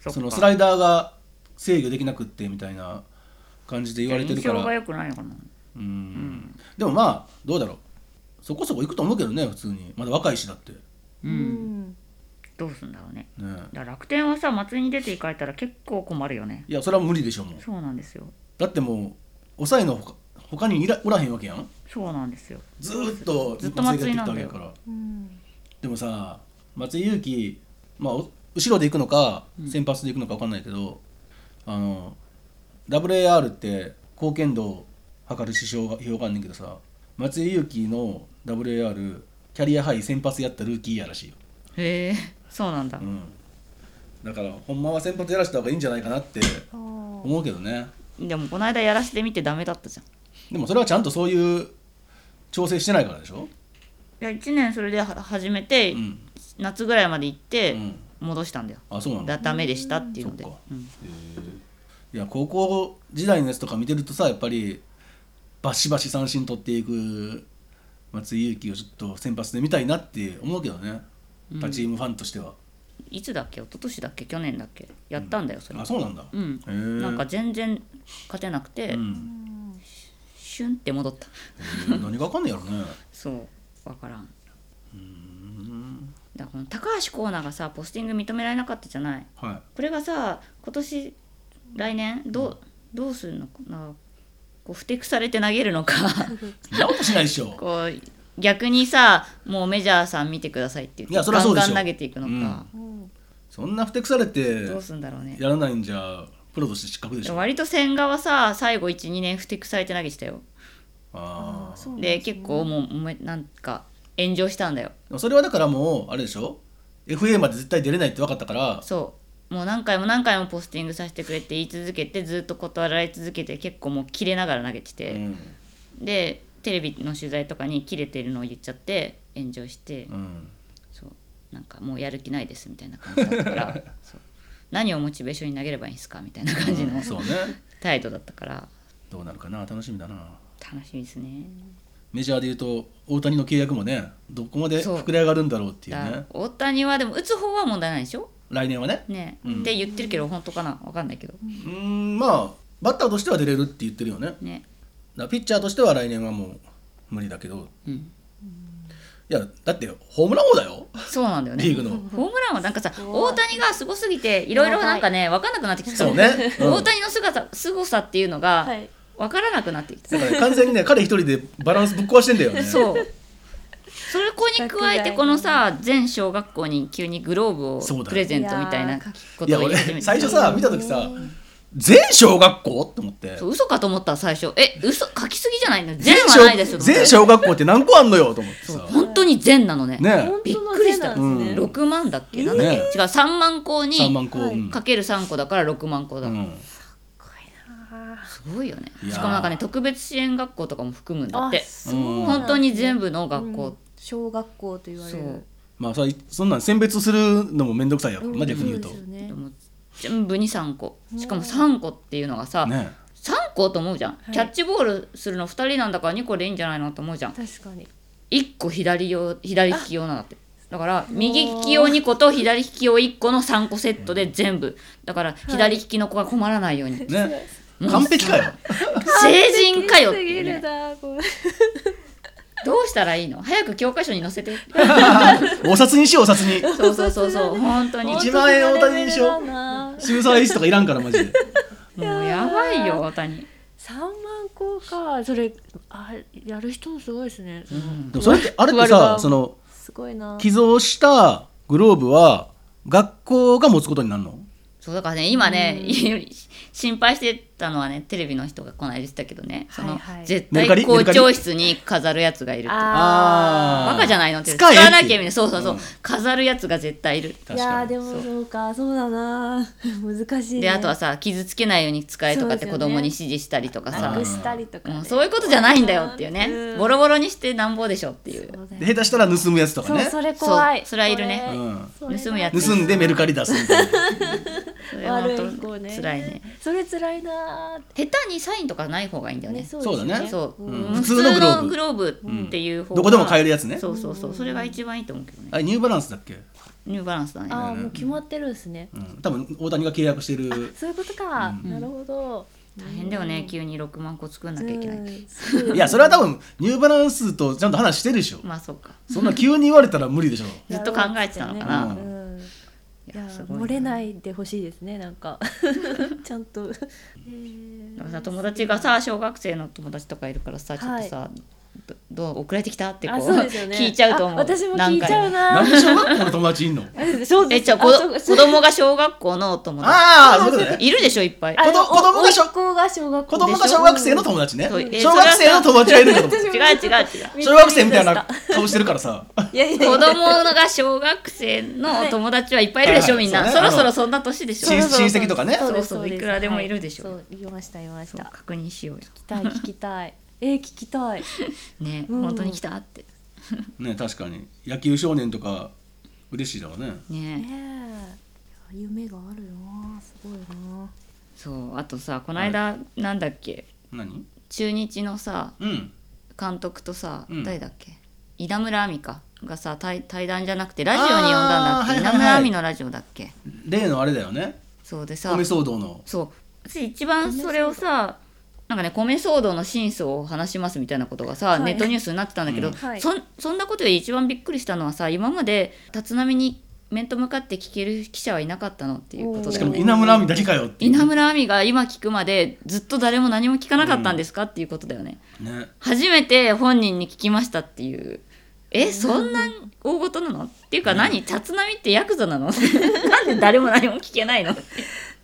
S1: そ
S2: そ
S1: っか
S2: のスライダーが制御できなくってみたいな感じで言われてるか
S1: 印象が
S2: ら
S1: 良くないのかな
S2: うん、でもまあどうだろうそこそこ行くと思うけどね普通にまだ若いしだってね
S3: うん
S1: どうすんだろうねだから楽天はさ松井に出ていかれたら結構困るよね
S2: いやそれは無理でしょもう
S1: そうなんですよ
S2: だってもう抑えのほか他にいらおらへんわけやん
S1: そうなんですよ
S2: ずーっと
S1: ずっと松井なんだよ
S2: やから
S3: うん
S2: でもさ松井裕樹、まあ、お後ろで行くのか先発で行くのか分かんないけど、あの WAR って貢献度を測る指標が表があんねんけどさ松井裕樹の WAR キャリアハイ先発やったルーキーやらしいよ、
S1: へえそうなんだ、
S2: うん、だからほんまは先発やらした方がいいんじゃないかなって
S3: あー
S2: 思うけどね
S1: でもこの間やらせてみてダメだったじゃん
S2: でもそれはちゃんとそういう調整してないからでしょ、
S1: いや1年それでは始めて、
S2: うん
S1: 夏ぐらいまで行っ
S2: う
S1: て
S2: ん、
S1: 戻したんだよ、
S2: あそうなんだ
S1: だダメでしたっていうので
S2: そっか
S1: うん
S2: いや高校時代のやつとか見てるとさやっぱりバシバシ三振取っていく松井裕樹をちょっと先発で見たいなって思うけどね、他チームファンとしては、
S1: いつだっけ一昨年だっけ去年だっけやったんだよそれ
S2: あそうなんだ、
S1: うん、
S2: へえ
S1: なんか全然勝てなくて、
S2: うん、
S1: シュンって戻った
S2: へえ何がわかんねえやろ ね
S1: そう分からんだからこの高橋光成がさポスティング認められなかったじゃない
S2: は
S1: これがさ今年来年どうどうするのかなこうふてくされて投げるのか
S2: いそんなことしないでしょ
S1: こう逆にさもうメジャーさん見てくださいって言って
S2: いやそりゃそうでしょ
S1: ガンガン投げていくのか、
S3: うん
S2: そんなふてくされて
S1: どうすんだろうね
S2: やらないんじゃプロとして失格でし
S1: で
S2: ょ
S1: も割と千賀はさ最後12年ふてくされて投げてたよ
S2: あ
S3: あ
S2: あ
S3: そうなん
S1: です
S3: ね
S1: 結構もうもめなんか炎上したんだよ
S2: でもそれはだからもうあれでしょ FA まで絶対出れないって分かったから
S1: そうもう何回も何回もポスティングさせてくれって言い続けてずっと断られ続けて結構もう切れながら投げて
S2: う
S1: て、
S2: ん
S1: でテレビの取材とかに切れてるのを言っちゃって炎上して、
S2: うん
S1: そうなんかもうやる気ないですみたいな感じだったから そう何をモチベーションに投げればいいんですかみたいな感じの
S2: そうね
S1: 態度だったから
S2: どうなるかな楽しみだな
S1: 楽しみですね
S2: メジャーでいうと大谷の契約もねどこまで
S1: そう
S2: 膨れ上がるんだろうっていう
S1: だから
S2: ね
S1: 大谷はでも打つ方は問題ないでしょ
S2: 来年はね
S1: ね、
S2: うん
S1: って言ってるけど本当かなわかんないけど
S2: うーんまあバッターとしては出れるって言ってるよねだか
S1: ね
S2: らピッチャーとしては来年はもう無理だけど
S1: うん
S2: いやだってホームラン王だよ
S1: そうなんだよね
S2: リーグの
S1: ホームランはなんかさ
S3: ごい
S1: 大谷がすごすぎていろいろなんかね分かんなくなってきた
S2: そう ね、うん
S1: 大谷の姿すごさっていうのが
S3: はい
S1: 分からなくなってきた、
S2: だからね完全にね彼一人でバランスぶっ壊してんだよねう
S1: そうそれこに加えてこのさ全小学校に急にグローブ
S2: そう
S1: を
S2: だよ
S1: プレゼントみたい
S3: いや
S1: な
S3: ー
S1: こと
S2: や
S1: を
S2: 俺
S1: 言ってみて
S2: 最初さ見た時さ
S3: うん
S2: 全小学校って思って
S1: そう嘘かと思った最初え嘘書きすぎじゃないの全はないですよと思って
S2: 全小学校って何個あんのよと思って
S1: そう
S2: さ
S1: 本当に全なのね
S2: ね
S3: 本当の
S1: びっくりした
S3: せいなんですね
S2: うん
S1: 6万だっけなんだっけ、
S2: ね
S1: 違う3万校
S2: 3
S1: に
S2: 万校
S3: はい
S2: うん
S1: かける3個だから6万校だ、
S2: うん
S3: あ
S1: すごいよね
S2: いやー
S1: しかもなんかね特別支援学校とかも含むんだ
S3: あ
S1: って
S3: そうなん
S2: う
S3: だ
S2: ん
S1: 本当に全部の学
S3: う
S1: 校
S3: ん小学校と言われ
S1: そう
S3: る
S2: まあそれそんなん選別するのも面倒くさいやろ
S3: う
S2: な、
S3: ん
S2: 逆に言うと
S3: そですよね
S1: でも全部に3個しかも
S3: うん
S1: 3個っていうのがさ、
S2: ね
S1: 3個と思うじゃん、
S3: い
S1: キャッチボールするの2人なんだから2個でいいんじゃないのと思うじゃん
S3: 確かに
S1: 1個左用左利き用なんだってだから右利き用2個と左利き用1個の3個セットで全部だから左利きの子が困らないように、
S2: ね完璧かよ
S1: 成人かよってい
S3: すぎ
S1: う ね
S3: るだこれ
S1: どうしたらいいの早く教科書に載せて
S2: お札にしようお札に
S1: そうそうそうそう本当に
S2: 一万円大谷にしよう
S3: 本当それレベルだな
S2: 渋沢栄一とかいらんからマジで
S1: もうやばいよ大谷
S3: 3万個かそれあやる人もすごいですね、その
S1: うん
S2: でもそれってあれって
S3: 配る
S2: さ
S3: 側
S2: その
S3: すごいな
S2: 寄贈したグローブは学校が持つことになるの
S1: そうだからね今ね、
S3: う
S1: 心配してたのはねテレビの人がこの間言ってたけどね、その
S3: はいはい
S1: 絶
S2: メルカリ
S1: 対校長室に飾るやつがいるって
S2: あー
S1: バカじゃないのって
S2: 使えって
S1: 使わなきゃいけないそうそうそう、
S2: うん
S1: 飾るやつが絶対いる
S3: いやーで
S2: そ
S3: も
S2: う
S3: そうかそうだな 難しい、ね、
S1: であとはさ傷つけないように使えとか
S3: そ
S1: って
S3: うですよ
S1: 子
S3: ね
S1: 供に指示したりとか
S3: な
S1: さ
S3: くしたりとかね、
S1: うんそういうことじゃないんだよっていうね、
S3: うん
S1: ボロボロにしてなんぼでしょっていう
S3: そうだよ
S2: で下手したら盗むやつとか
S3: そう
S2: ね
S3: それ怖い
S1: そうそれはいるね
S2: うん
S3: それ
S1: 盗むやつ
S2: 盗んでメルカリ出すみたいな
S1: それは
S3: 悪い
S1: 本
S3: 子
S1: 当
S3: ね
S1: 辛いね
S3: それ辛いな
S1: 下手にサインとかない方がいいんだよね
S3: そ
S2: そうだね
S3: です
S1: そう、
S2: う
S1: 普
S2: ん普
S1: 通
S2: 通のグローブ
S1: のグローブっていう方が、
S2: どこでも買えるやつね
S1: そうそうそうそれが一番いいと思うけどね
S2: あれニューバランスだっけ、
S1: ニューバランスだね
S3: ああもう決まってるんですね、
S2: うん、多分大谷が契約してる
S3: そういうことか、
S2: うん
S3: なるほど
S1: 大変だよね急に6万個作んなきゃいけない、
S3: うんす ご
S2: いやそれは多分ニューバランスとちゃんと話してるでしょ
S1: まあそうか
S2: そんな急に言われたら無理でしょ
S1: ずっと考えてたのかな
S3: やろうってねうん
S1: い
S3: いや
S1: すごい
S3: 漏れないでほしいですねなん かちゃんと、
S1: だからさ友達がさ小学生の友達とかいるからさちょっとさ、どどう遅れてきたってこう
S3: あそうですよね
S1: 聞いちゃうと思う
S3: あ私も聞いちゃう
S1: 何回も
S3: な
S2: なんで小学校の友達いんの
S3: そうで
S1: え
S3: す
S1: じゃあ
S3: あ
S1: 子
S3: そう
S1: 子供が小学校のお友達
S2: ああそういうことね
S1: いるでしょいっぱい
S3: あ
S2: 子供
S3: の
S2: 子供が小
S3: 甥っ子が小学校
S2: 子供が小学生の友達ね
S1: そうえ
S2: 小学生の友達がいるけ ど
S3: 私
S1: 違う
S3: も
S1: 違う違う
S2: 小学生みたいな顔してるからさ
S3: いやいやい
S1: 子
S3: や
S1: 供が小学生のお友達はいっぱいいるでしょ
S2: はい
S1: みんな、
S2: はい
S1: そ
S2: そうね
S1: ろそろそんな年でしょ
S2: 親親戚とかね
S3: そうです
S1: そうそう
S3: です
S1: いくらでもいるでしょう
S3: はいそう言いました言いまし
S1: そう
S3: た
S1: 確認しようよ
S3: 聞きたい聞きたいえー聞きたい
S1: ね、
S3: うん
S1: 本当に来たって
S2: ね確かに野球少年とか嬉しいだろうね
S3: ね
S1: ね
S3: えいや夢があるなすごいな
S1: そうあとさこの間、なんだっけ
S2: 何
S1: 中日のさ
S2: うん
S1: 監督とさ、
S2: うん
S1: 誰だっけ稲村亜美かがさ対対談じゃなくてラジオに呼んだんだっけ、
S2: あーはいはいはい
S1: 稲村亜美のラジオだっけ
S2: 例のあれだよね
S1: そうでさ
S2: 米騒動の
S1: そう私一番それをさなんかね米騒動の真相を話しますみたいなことがさ、
S3: はい
S1: ネットニュースになってたんだけど、
S2: うん
S3: はい
S1: そんそんなことより一番びっくりしたのはさ今まで立浪に面と向かって聞ける記者はいなかったのっていうこと
S3: おー
S2: し
S1: で
S2: かも稲村亜美だけかよっていう
S1: 稲村亜美が今聞くまでずっと誰も何も聞かなかったんですかっていうことだよね
S2: ね
S1: 初めて本人に聞きましたっていうえそんな大事なのっていうか何立浪ってヤクザなの なんで誰も何も聞けないの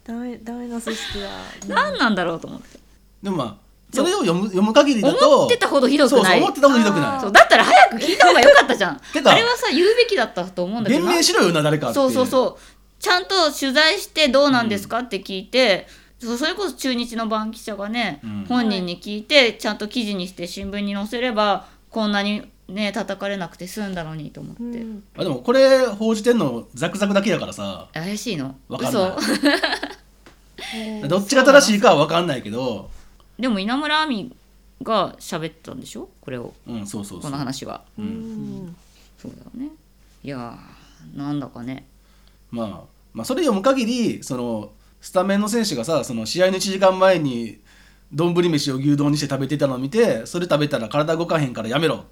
S3: ダメダメな組織だ
S1: 何なんだろうと思って
S2: でもまあそれを読む読む限りだと
S1: 思ってたほどひどく
S2: そう
S1: な
S2: そう
S1: い
S2: 思ってたほどひどく
S3: あー
S2: な
S1: そうだったら早く聞いた方が良かった じゃん
S2: てか
S1: あれはさ言うべきだったと思うん
S2: い
S1: だけど
S2: 弁明しろよな誰かって
S1: そうそう
S2: う
S1: そうちゃんと取材してどうなんですかって聞いて、そうそれこそ中日の番記者がね、
S2: うん
S1: 本人に聞いてちゃんと記事にして新聞に載せればこんなにね叩かれなくて済んだのにと思って、
S3: うん
S2: あでもこれ報じてんのザクザクだけやからさ
S1: 怪しいの
S2: わかんない
S1: 嘘
S3: えー
S2: どっちが正しいかは分かんないけど
S1: でも稲村亜美が喋ってたんでしょこれを
S2: うんそうそうそ
S1: こ
S2: う
S1: の話は
S2: う
S3: うんん
S1: そうだよねいやーなんだかね
S2: まあ、まあそれ読む限りそのスタメンの選手がさその試合の1時間前に丼飯を牛丼にして食べてたのを見てそれ食べたら体動かへんからやめろ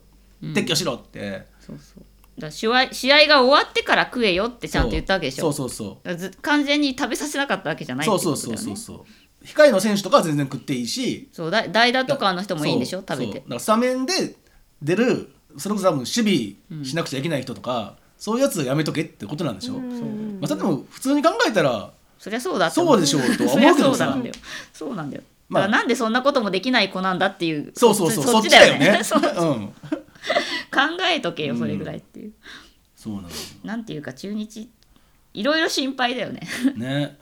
S2: 撤去しろって、
S1: そうそうだから試合試合が終わってから食えよってちゃんと言ったわけでしょ
S2: そうそうそう
S1: だからず完全に食べさせなかったわけじゃない
S2: そう
S1: ってい
S2: そう
S1: こと
S2: そ
S1: だ
S2: う
S1: よ
S2: そう
S1: ね
S2: そう控えの選手とかは全然食っていいし
S1: そうだ代打とかの人もいいんでしょ
S2: そう
S1: 食べ
S2: そうだ
S1: て
S2: からスタメンで出るそれこそ多分守備しなくちゃいけない人とか、そういうやつはやめとけってことなんでしょ、
S3: うん
S2: まあ、それでも普通に考えたら
S1: そりゃそうだって
S2: そうでしょうとは
S1: そり
S2: 思
S1: ゃ
S2: うけ
S1: そ
S2: ど
S1: うな
S2: さ
S1: んだよそうなんだよだ
S2: ま
S1: か
S2: あ
S1: らなんでそんなこともできない子なんだっていう
S2: そうそうそう
S1: そ
S2: そ
S1: っ
S2: っ
S1: ち
S2: ち
S1: だ
S2: だ
S1: よ
S2: よ
S1: ね
S2: ね
S1: そう考
S2: うん
S1: えとけよそれぐらいっていう、
S2: そうなの
S1: なんていうか中日いろいろ心配だよね
S2: ね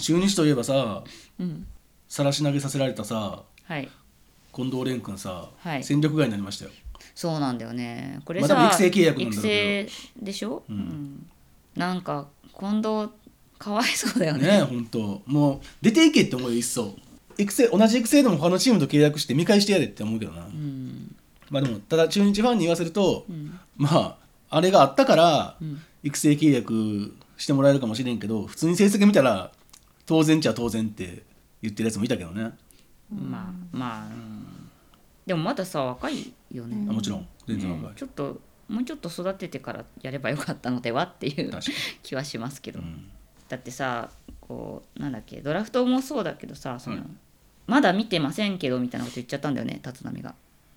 S2: 中日といえばさ、
S1: うん
S2: さらし投げさせられたさ
S1: はい
S2: 近藤蓮君さ、
S1: はい
S2: 戦力外になりましたよ
S1: そうなんだよねこれ
S2: ま
S1: さ、
S2: あでも育成契約なん
S1: 育
S2: だけ
S1: 成でしょ、
S2: うん
S1: うんなんか近藤かわいそうだよね
S2: ねえ本当もう出ていけって思うよいっそ育成同じ育成でも他のチームと契約して見返してやれって思うけどな、
S1: うん
S2: まあでもただ中日ファンに言わせると、
S1: うん
S2: まああれがあったから
S1: うん
S2: 育成契約してもらえるかもしれんけど普通に成績見たら当然っちゃ当然って言ってるやつもいたけどね、
S1: まあまあ、うんでもまださ若いよね、
S2: あもちろん全然若い、
S1: ねちょっともうちょっと育ててからやればよかったのではっていう
S2: 確か
S1: 気はしますけど、
S2: に、うん
S1: だってさこうなんだっけドラフトもそうだけどさその、
S2: はい
S1: まだ見てませんけどみたいなこと言っちゃったんだよね立浪が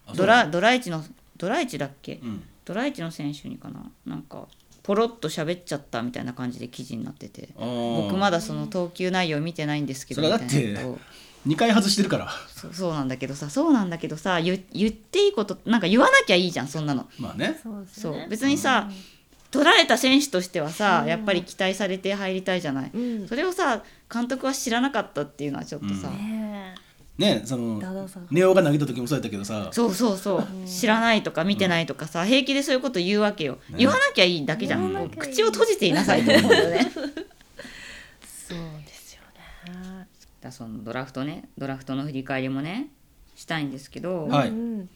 S2: あ
S1: ドラドライチのドライチだっけ、
S2: うん
S1: ドライチの選手にかななんかポロッと喋っちゃったみたいな感じで記事になってて
S2: あー
S1: 僕まだその投球内容見てないんですけど
S2: そ
S1: み
S2: れ
S1: た
S2: はいだ
S1: なこ
S2: って
S1: とを
S2: 2回外してるから
S1: そうそうなんだけどさそうなんだけどさ言言っていいことなんか言わなきゃいいじゃんそんなの
S2: まあね
S3: そうです
S1: そ
S3: よ
S1: う
S3: ね
S1: 別にさ、取られた選手としてはさ、やっぱり期待されて入りたいじゃない、
S3: うん
S1: それをさ監督は知らなかったっていうのはちょっとさ、
S3: ね
S2: ねその
S3: ダダさん
S2: ネオが投げた時もそうやったけどさ
S1: そうそうそう知らないとか見てないとかさ、平気でそういうこと言うわけよ、
S2: ね
S1: 言わなきゃいいだけじゃん
S3: 言わなきゃいい
S1: こう口を閉じていなさいと思 うよねだか
S3: えそうですよね
S1: らそのドラフトねドラフトの振り返りもねしたいんですけど、
S2: はい
S3: うん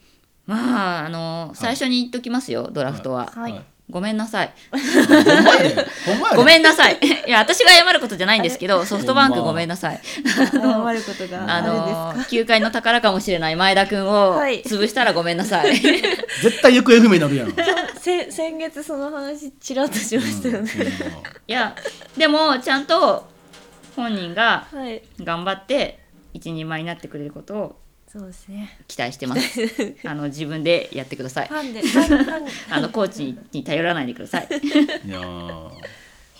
S1: まああの最初に言っときますよ、ドラフトは、
S3: はい
S1: ごめんなさい
S2: ほんまや でほんまやで
S1: ごめんなさい いや私が謝ることじゃないんですけどソフトバンクごめんなさい
S3: 謝ることが
S1: あ
S3: あ
S1: の球界の宝かもしれない前田君を
S3: はい
S1: 潰したらごめんなさ い。
S2: 絶対行方不明になる やん
S3: れですかせ先月その話ちらっとしましたよね、
S1: いやでもちゃんと本人が
S3: はい
S1: 頑張って一人前になってくれることを
S3: そうですね
S1: 期待してます。 あの自分でやってください
S3: フ。ァン でファンファン
S1: あのコーチに頼らないでください。い
S2: うんいやー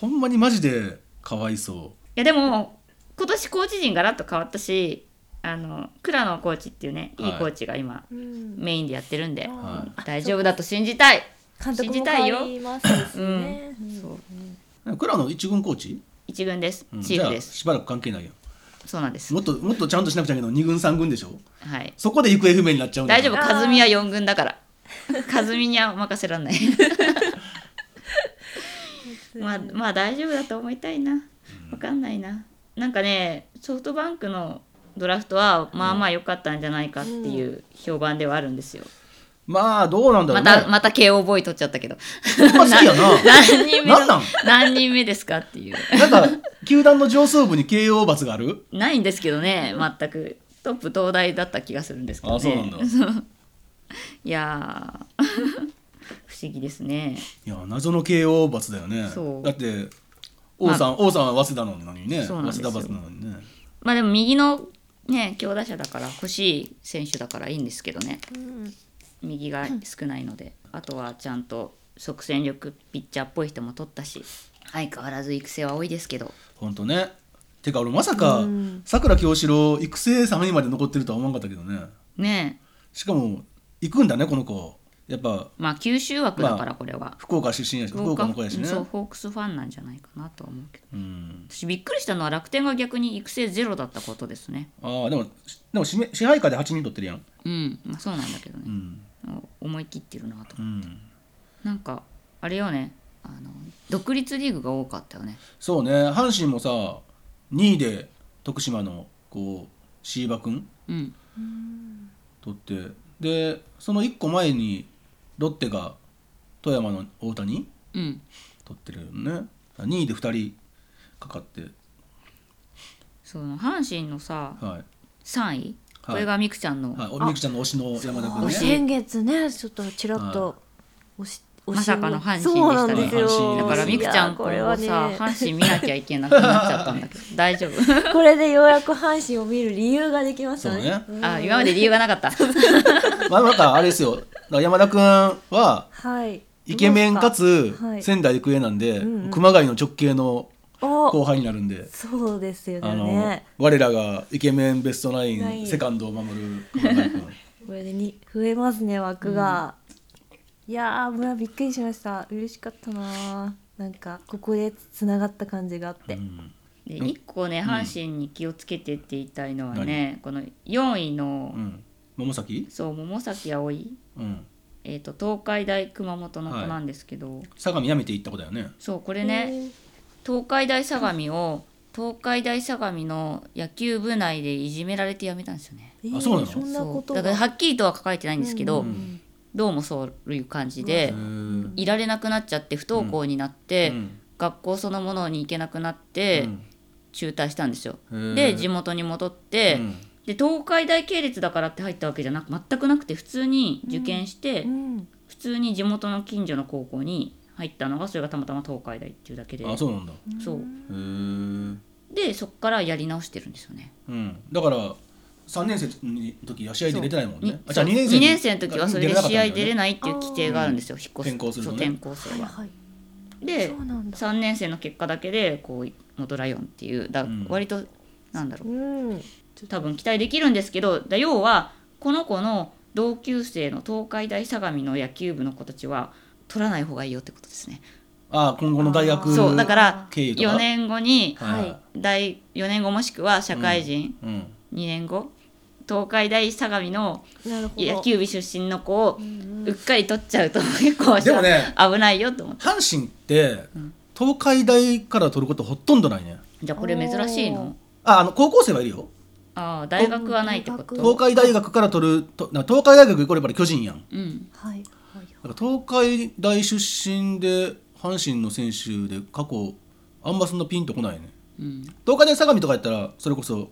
S2: ほんまにマジでかわいそ
S1: やでも今年コーチ陣がらっと変わったし、あの倉野コーチっていうねいい
S2: はい
S1: コーチが今
S3: うん
S1: メインでやってるんで、
S3: はい
S1: 大丈夫だと信じたい。
S3: 監督
S1: 信
S3: も
S1: じたい
S3: 変
S1: よ
S3: わりますしね、うん
S1: そう
S2: う倉野一軍コーチ、
S1: 一軍です
S2: うん、
S1: チーフで
S2: じゃあ
S1: す。
S2: しばらく関係ないやん
S1: そうなんです。
S2: もっともっとちゃんとしなくちゃいけないの二軍三軍でしょ
S1: はい。
S2: そこで行方不明になっちゃうんだ
S1: 大丈夫
S3: あー
S1: 和美は4軍だから和美には任せらん ないまあまあ大丈夫だと思いたいな分かんないななんかねソフトバンクのドラフトはまあまあ良かったんじゃないかっていう評判ではあるんですよ、
S2: まあどうなんだろ
S1: ま
S2: うね
S1: たまた慶応ボーイ取っちゃった けど
S2: ほんま好きやな
S1: 何人目
S2: なんなん
S1: 何人目ですかっていう
S2: なんか球団の上層部に慶応罰がある
S1: ないんですけどね全くトップ東大だった気がするんですけど、ね、
S2: あそうなんだ
S1: いやー 不思議ですね
S2: いや謎の KO 罰だよね
S1: そう
S2: だって王さん、王さんは早稲田なのにね
S1: そうな
S2: 早
S1: ん
S2: 稲
S1: です
S2: 田
S1: よ
S2: 罰なのにね
S1: まあでも右のね強打者だから欲しい選手だからいいんですけどね
S3: うん
S1: 右が少ないのであとはちゃんと即戦力ピッチャーっぽい人も取ったし相変わらず育成は多いですけど
S2: ほんとねてか俺まさか
S3: うん
S2: さくら京志郎育成3位まで残ってるとは思わなかったけどね
S1: ねえ
S2: しかも行くんだねこの子やっぱ
S1: まあ九州枠だか
S2: ま
S1: ら
S2: あ
S1: これは、
S2: 福岡出身やし福岡の子やしね
S1: そうホークスファンなんじゃないかなとは思うけど
S2: うん
S1: 私びっくりしたのは楽天が逆に育成ゼロだったことですね
S2: あーでもでも指名支配下で8人取ってるやん
S1: うんまあそうなんだけどね、
S2: うん
S1: 思い切ってるなと
S2: うん
S1: なんかあれよねあの独立リーグが多かったよね
S2: そうね阪神もさ2位で徳島のこう椎葉君
S1: うん
S2: 取ってでその1個前にロッテが富山の大谷
S1: うん
S2: 取ってるよね2位で2人かかって
S1: その阪神のさ
S2: はい
S1: 3位、これがみくちゃんの、
S2: はい、おみくちゃんの推しの山田
S3: あ
S2: 君ね
S3: 先月ねちょっとちらっと、おしおし
S1: まさかの阪神でしたね
S3: そうなんです
S2: 阪
S3: よ
S2: 神
S1: だからみくちゃ
S3: い
S1: ん
S3: やこ
S1: こう
S3: れ
S1: さ、
S3: はね
S1: 阪神見なきゃいけなくなっちゃったんだけど 大丈夫
S3: これでようやく阪神を見る理由ができましたね
S2: そう
S3: うん
S1: あ今まで理由がなか った
S2: まあなんかあれですよだから山田君は
S3: はい
S2: イケメンかつ
S3: はい
S2: 仙台育英なんで、
S3: んうん
S2: 熊谷の直系の後
S3: お
S2: 輩になるんで、
S3: そうですよ
S2: あの
S3: ね
S2: 我らがイケメンベストナ
S3: ナ
S2: イ
S3: イ
S2: ン
S3: ン
S2: セカンドを守る熊 谷君
S3: これでに増えますね枠が、いやーもうびっくりしました嬉しかったなーなんかここでつながった感じがあって、
S2: うん
S1: で1個ね阪神に気をつけてって言いたいのはね、この4位の、
S2: うん桃崎
S1: そう桃崎葵、
S2: うん
S1: えー、と東海大熊本の子なんですけど、
S2: 相模やめて行った子だよね
S1: そうこれね東海大相模を東海大相模の野球部内でいじめられて辞めたんですよね。
S3: えー
S2: あそうなの
S3: そんな
S1: そ
S3: こ
S1: う
S3: と
S1: だからはっきりとは書かれてないんですけど、
S2: うん
S1: どうもそういう感じで、
S2: うん
S1: いられなくなっちゃって不登校になって、
S2: うん
S1: 学校そのものに行けなくなって、中退したんですよ。
S2: うん
S1: で地元に戻って、
S2: うん
S1: で東海大系列だからって入ったわけじゃなく全くなくて普通に受験して、
S3: うん
S1: 普通に地元の近所の高校に入ったのがそれがたまたま東海大っていうだけで
S2: あそうなんだへ
S1: そう
S2: えうん
S1: でそっからやり直してるんですよね
S2: だから三年生の時は試合出れてないもんね
S1: に
S2: あじゃあ二年生
S1: 二年生の時はそれで試合出れ
S2: い
S1: ないっていう規定があるんですよ引っ越
S2: 転校する
S1: そ
S2: の
S1: う
S2: ね
S1: 転校生
S3: はい
S1: は。
S3: はい
S1: で
S3: そうなんだ
S1: 3年生の結果だけでこう元ライオンっていうだ
S2: うん
S1: 割となんだろう
S3: うん
S1: 多分期待できるんですけどだ要はこの子の同級生の東海大相模の野球部の子たちは取らない方がいいよってことですね。
S2: あ今後の大学
S1: そうだから
S2: 経由とか
S1: 4年後に
S2: は
S1: 大4年後もしくは社会人
S2: いうん
S1: 2年後東海大相模の
S3: なるほど
S1: 野球部出身の子を
S3: うん
S1: うっかり取っちゃうと結構
S2: でもね
S1: 危ないよと思って
S2: 阪神って東海大から取ることほとんどないね
S1: じゃあこれ珍しいの
S2: ああの高校生はいるよ
S1: ああ大学はないってこ
S3: 大学
S1: と
S2: 東海大学から取るとな東海大学イコールやっぱり巨人やん
S1: うん
S3: はいはい
S2: だから東海大出身で阪神の選手で過去あんまそんなピンとこないね
S1: うん
S2: 東海大相模とかやったらそれこそ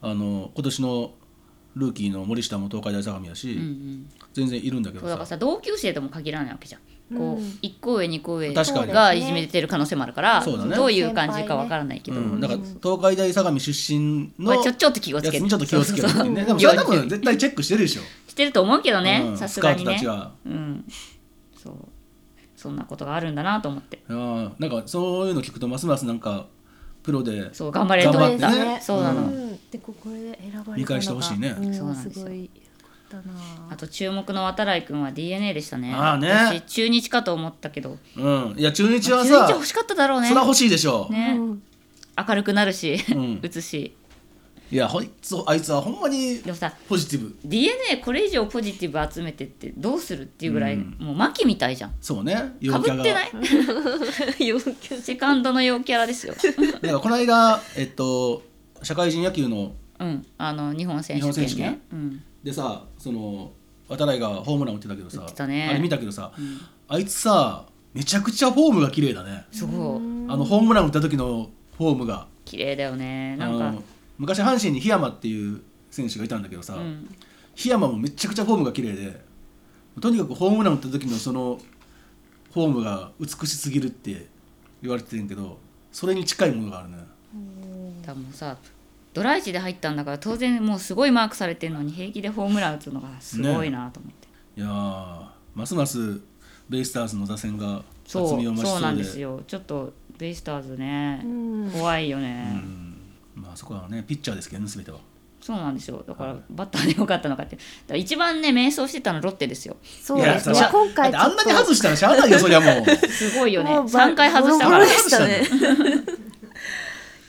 S2: あの今年のルーキーの森下も東海大相模やし、
S1: うんうん
S2: 全然いるんだけ
S1: そ
S2: ど
S1: うだから
S2: さ
S1: さ同級生とも限らないわけじゃんこ
S3: う
S1: う
S3: ん
S1: 1校上2校上
S2: 確かに
S1: がいじめてる可能性もあるから
S2: そうだね
S1: どういう感じかわからないけど
S2: うん、だから東海大相模出身
S1: ま
S2: の
S1: あちょ
S2: や
S1: ちょっと気をつ
S2: つ
S1: けて
S2: にちょっと気をつけてっていうねで
S1: そう
S2: も
S1: そ
S2: そうれ多分絶対チェックしてるでしょ、
S1: してると思うけどね
S2: うん
S1: さす
S2: スカ
S1: が
S2: ウト
S1: に
S2: た
S1: ね
S2: ちは。
S1: うんそうそんなことがあるんだなと思って
S2: うんなんかそういうの聞くとますますなんかプロで
S1: そう頑張れると思っ
S2: 頑張っ
S1: た
S2: てね
S1: そうなの、
S3: んでここで選ばれたのが
S2: 見返してほしいね
S3: うん
S1: そうなんですよ
S3: ごいよかったな
S1: あと注目の渡来君は DNA でしたね
S2: あーね
S1: 私中日かと思ったけど
S2: うんいや中日
S1: 中
S2: は
S1: 日
S2: さ
S1: 欲しかっただろうね
S2: そら欲しいでしょ、
S1: ね
S3: うん
S1: 明るくなるし、
S2: うん
S1: 打つし
S2: いやほいつあいつはほんまに
S1: でもさ
S2: ポジティブ
S1: DNA これ以上ポジティブ集めてってどうするっていうぐらい、
S2: うん
S1: もう牧みたいじゃん
S2: そうね
S1: か
S2: 陽
S1: ぶ
S2: キャ
S1: っ
S2: が
S1: てないセカンドの陽キャラですよ、
S2: だからこの間えっと社会人野球の
S1: うん、あの日本選手権ね
S2: 日本選手権
S1: うん、
S2: でさその渡来がホームラン打ってたけどさ
S1: 打ってたね
S2: あれ見たけどさ、あいつさめちゃくちゃフォームが綺麗だね、
S1: すごい
S2: あのホームラン打った時のフォームが
S1: 綺麗だよねな
S2: あ
S1: んか
S2: の昔阪神に檜山っていう選手がいたんだけどさ、
S1: うん
S2: 檜山もめちゃくちゃフォームが綺麗でとにかくホームラン打った時のそのフォームが美しすぎるって言われてるんけどそれに近いものがあるね
S1: だからもうさドライチで入ったんだから当然もうすごいマークされてるのに平気でホームラン打つのがすごいなと思って、
S2: いやーますますベイスターズの打線が
S1: そう
S2: 厚みを増し
S1: そう
S2: そ
S1: な
S2: うんで
S1: ですよちょっとベイスターズね、
S3: うん
S1: 怖いよね、
S2: うんまあそこはねピッチャーですけどね全ては
S1: そうなんですよだからバッターでよかったのかってだから一番ね迷走してたのロッテですよ
S3: そう
S2: いや
S3: ですね
S2: そら
S3: 今回
S2: だってあんだけ外したらしゃあないよそりゃもう
S1: すごいよね
S3: もうば
S1: 3回外したか
S3: ボロボロ
S1: ら
S3: でした
S2: ね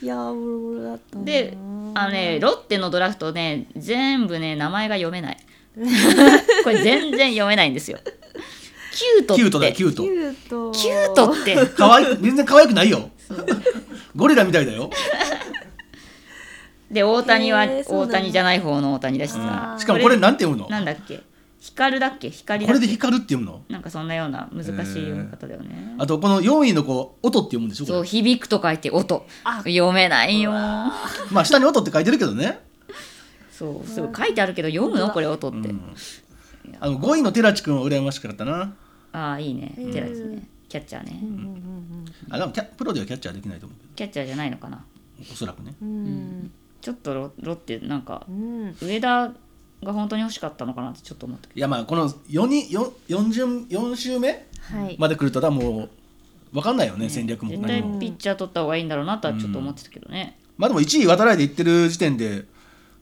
S3: いやーボロボロだったな
S1: であのねロッテのドラフトね全部ね名前が読めない これ全然読めないんですよキュートって
S2: キュートだよキュー
S3: キュート
S2: ト
S1: キュートって
S2: 可愛い全然可愛くないよゴリラみたいだよ
S1: で大谷は
S3: へーそうな
S1: 大
S3: んだ
S1: 谷じゃない方の大谷だしさ
S3: あー
S2: しかもこれなんて読むの
S1: なんだっけ光だっけ光
S2: こ
S1: だ
S2: れ
S1: っ
S2: で
S1: け
S2: 光るって読むの
S1: なんかそんなような難しい読み方だよね
S2: あとこの4位の子音って読むんでしょこれ
S1: そう響くと書いて音読めないよ
S2: まあ下に音って書いてるけど ね、
S1: そうすごい書いてあるけど読むのこれ音って、
S2: うんあの5位の寺地君は羨ましかったな
S1: ああいいね
S3: うん
S1: 寺ですねキャッチャーね、
S3: うんうん
S2: あでもキャプロではキャッチャーできないと思うけ
S1: キャッチャーじゃないのかな
S2: どおそらくね
S3: うんうん
S1: ちょっとロロッテなんか
S3: うん
S1: 上田が本当に欲しかったのかなってちょっと思ったけ
S2: いやまあこの4人4 4巡4周目
S3: はい
S2: まで来るとだもう分かんないよね、
S1: ど、ね、
S2: 戦略も
S1: 絶
S2: 何
S1: 対
S2: も
S1: ピッチャー取った方がいいんだろうなとはちょっと思ってたけどね、
S2: まあでも1位渡来で行ってる時点で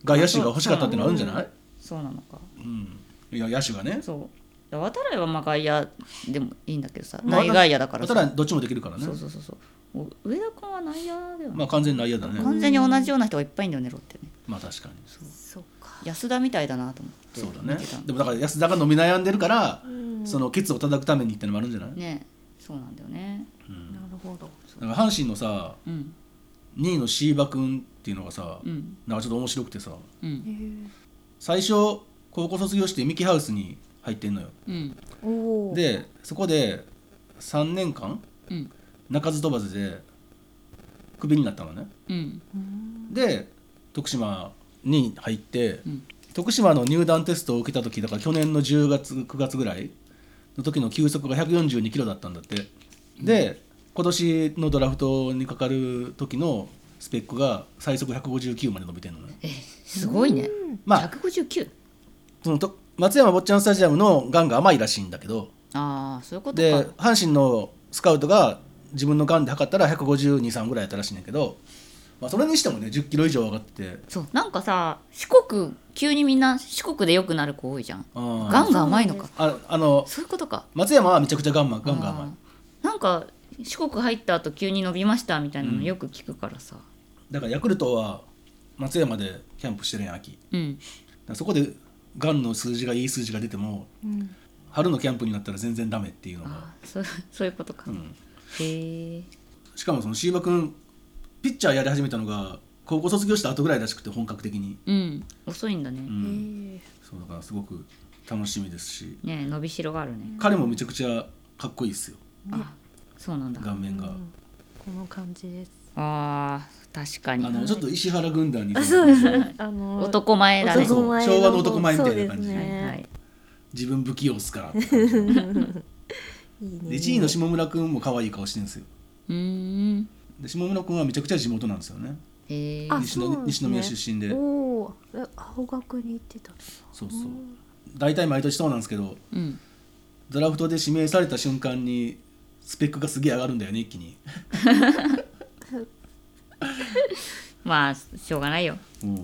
S2: 外野手が欲しかったってのはあるんじゃない、
S1: そうなのか
S2: うん、いや野手がね
S1: そう渡来はまあ外野でもいいんだけどさ
S2: まあ
S1: 内外野だから
S2: 渡
S1: さ
S2: 来どっちもできるからね
S1: そうそうそうそうお上田君は内野では
S2: ま
S1: ね
S2: あ完全に内野だね
S1: 完全に同じような人がいっぱいいんだよねロッテね
S2: まあ確かに
S3: そうか
S1: 安田みたいだなと思って
S2: そうだね
S1: 見てた
S2: でもだから安田が飲み悩んでるから、
S3: ん
S2: そのケツを叩くためにってのもあるんじゃない、
S1: ねそうなんだよね
S3: なるほど
S2: なんか阪神のさ
S1: うん
S2: 2位の椎葉君っていうのがさ、
S1: うん
S2: なんかちょっと面白くてさ
S1: うん
S3: へえ
S2: 最初高校卒業してミキハウスに入ってんのよ
S1: うん
S3: おお
S2: でそこで3年間
S1: うん
S2: 鳴かず飛ばずでクビになったのね
S1: うん
S2: で徳島に入って、
S1: ん
S2: 徳島の入団テストを受けた時だから去年の10月9月ぐらいの時の球速が142キロだったんだってで今年のドラフトにかかる時のスペックが最速159まで伸びてるのね
S1: えすごいね
S2: まあ
S1: 159
S2: そのと松山坊ちゃんスタジアムのがんが甘いらしいんだけど
S1: ああそういうこと
S2: で
S1: か
S2: 阪神のスカウトが自分のがんで測ったら1523ぐらいやったらしいんだけど、まあ、それにしてもね1 0キロ以上上がってて
S1: そうなんかさ四国急にみんな四国で良くなる子多いじゃん
S2: あー
S1: ガンが甘いのか
S2: ああの
S1: そういうことか
S2: 松山はめちゃくちゃガンマガンが甘い
S1: いなんか四国入った後急に伸びましたみたいなのよく聞くからさ
S2: だからヤクルトは松山でキャンプしてるやん秋だか
S1: うん
S2: らそこでがんの数字がいい数字が出ても
S3: うん
S2: 春のキャンプになったら全然ダメっていうのが、
S1: ああそうそういうことか
S2: うん、
S1: へえ
S2: しかもその椎葉君ピッチャーやり始めたのが高校卒業した後ぐらいらしくて本格的に、
S1: うん遅いんだ
S2: う
S1: ね
S2: ん、
S3: へえ
S2: そうだからすごく楽しみですし
S1: ねえ伸びしろがあるね
S2: 彼もめちゃくちゃかっこいいですよ
S1: あそうなんだ
S2: 顔面が、
S3: うんこの感じです
S1: あー確かに
S2: あのちょっと石原軍団に
S3: あの
S1: 男前だね
S2: 男前そう昭和の男前みたいな感じ
S3: そう
S1: は
S3: です
S1: い
S3: ね
S1: はい
S2: 自分不器用っすからって感
S3: いいね
S2: じで1位の下村君も可愛い顔してるんですよ
S1: うーん
S2: で下村君はめちゃくちゃ地元なんですよね
S1: へえ
S3: あ
S2: 西の
S3: そうなんですね
S2: 西宮出身で
S3: おおえ青学に行ってた
S2: そうそう大体毎年そうなんですけど
S1: うん
S2: ドラフトで指名された瞬間にスペックがすげえ上がるんだよね一気に、
S1: まあしょうがないよ
S2: もう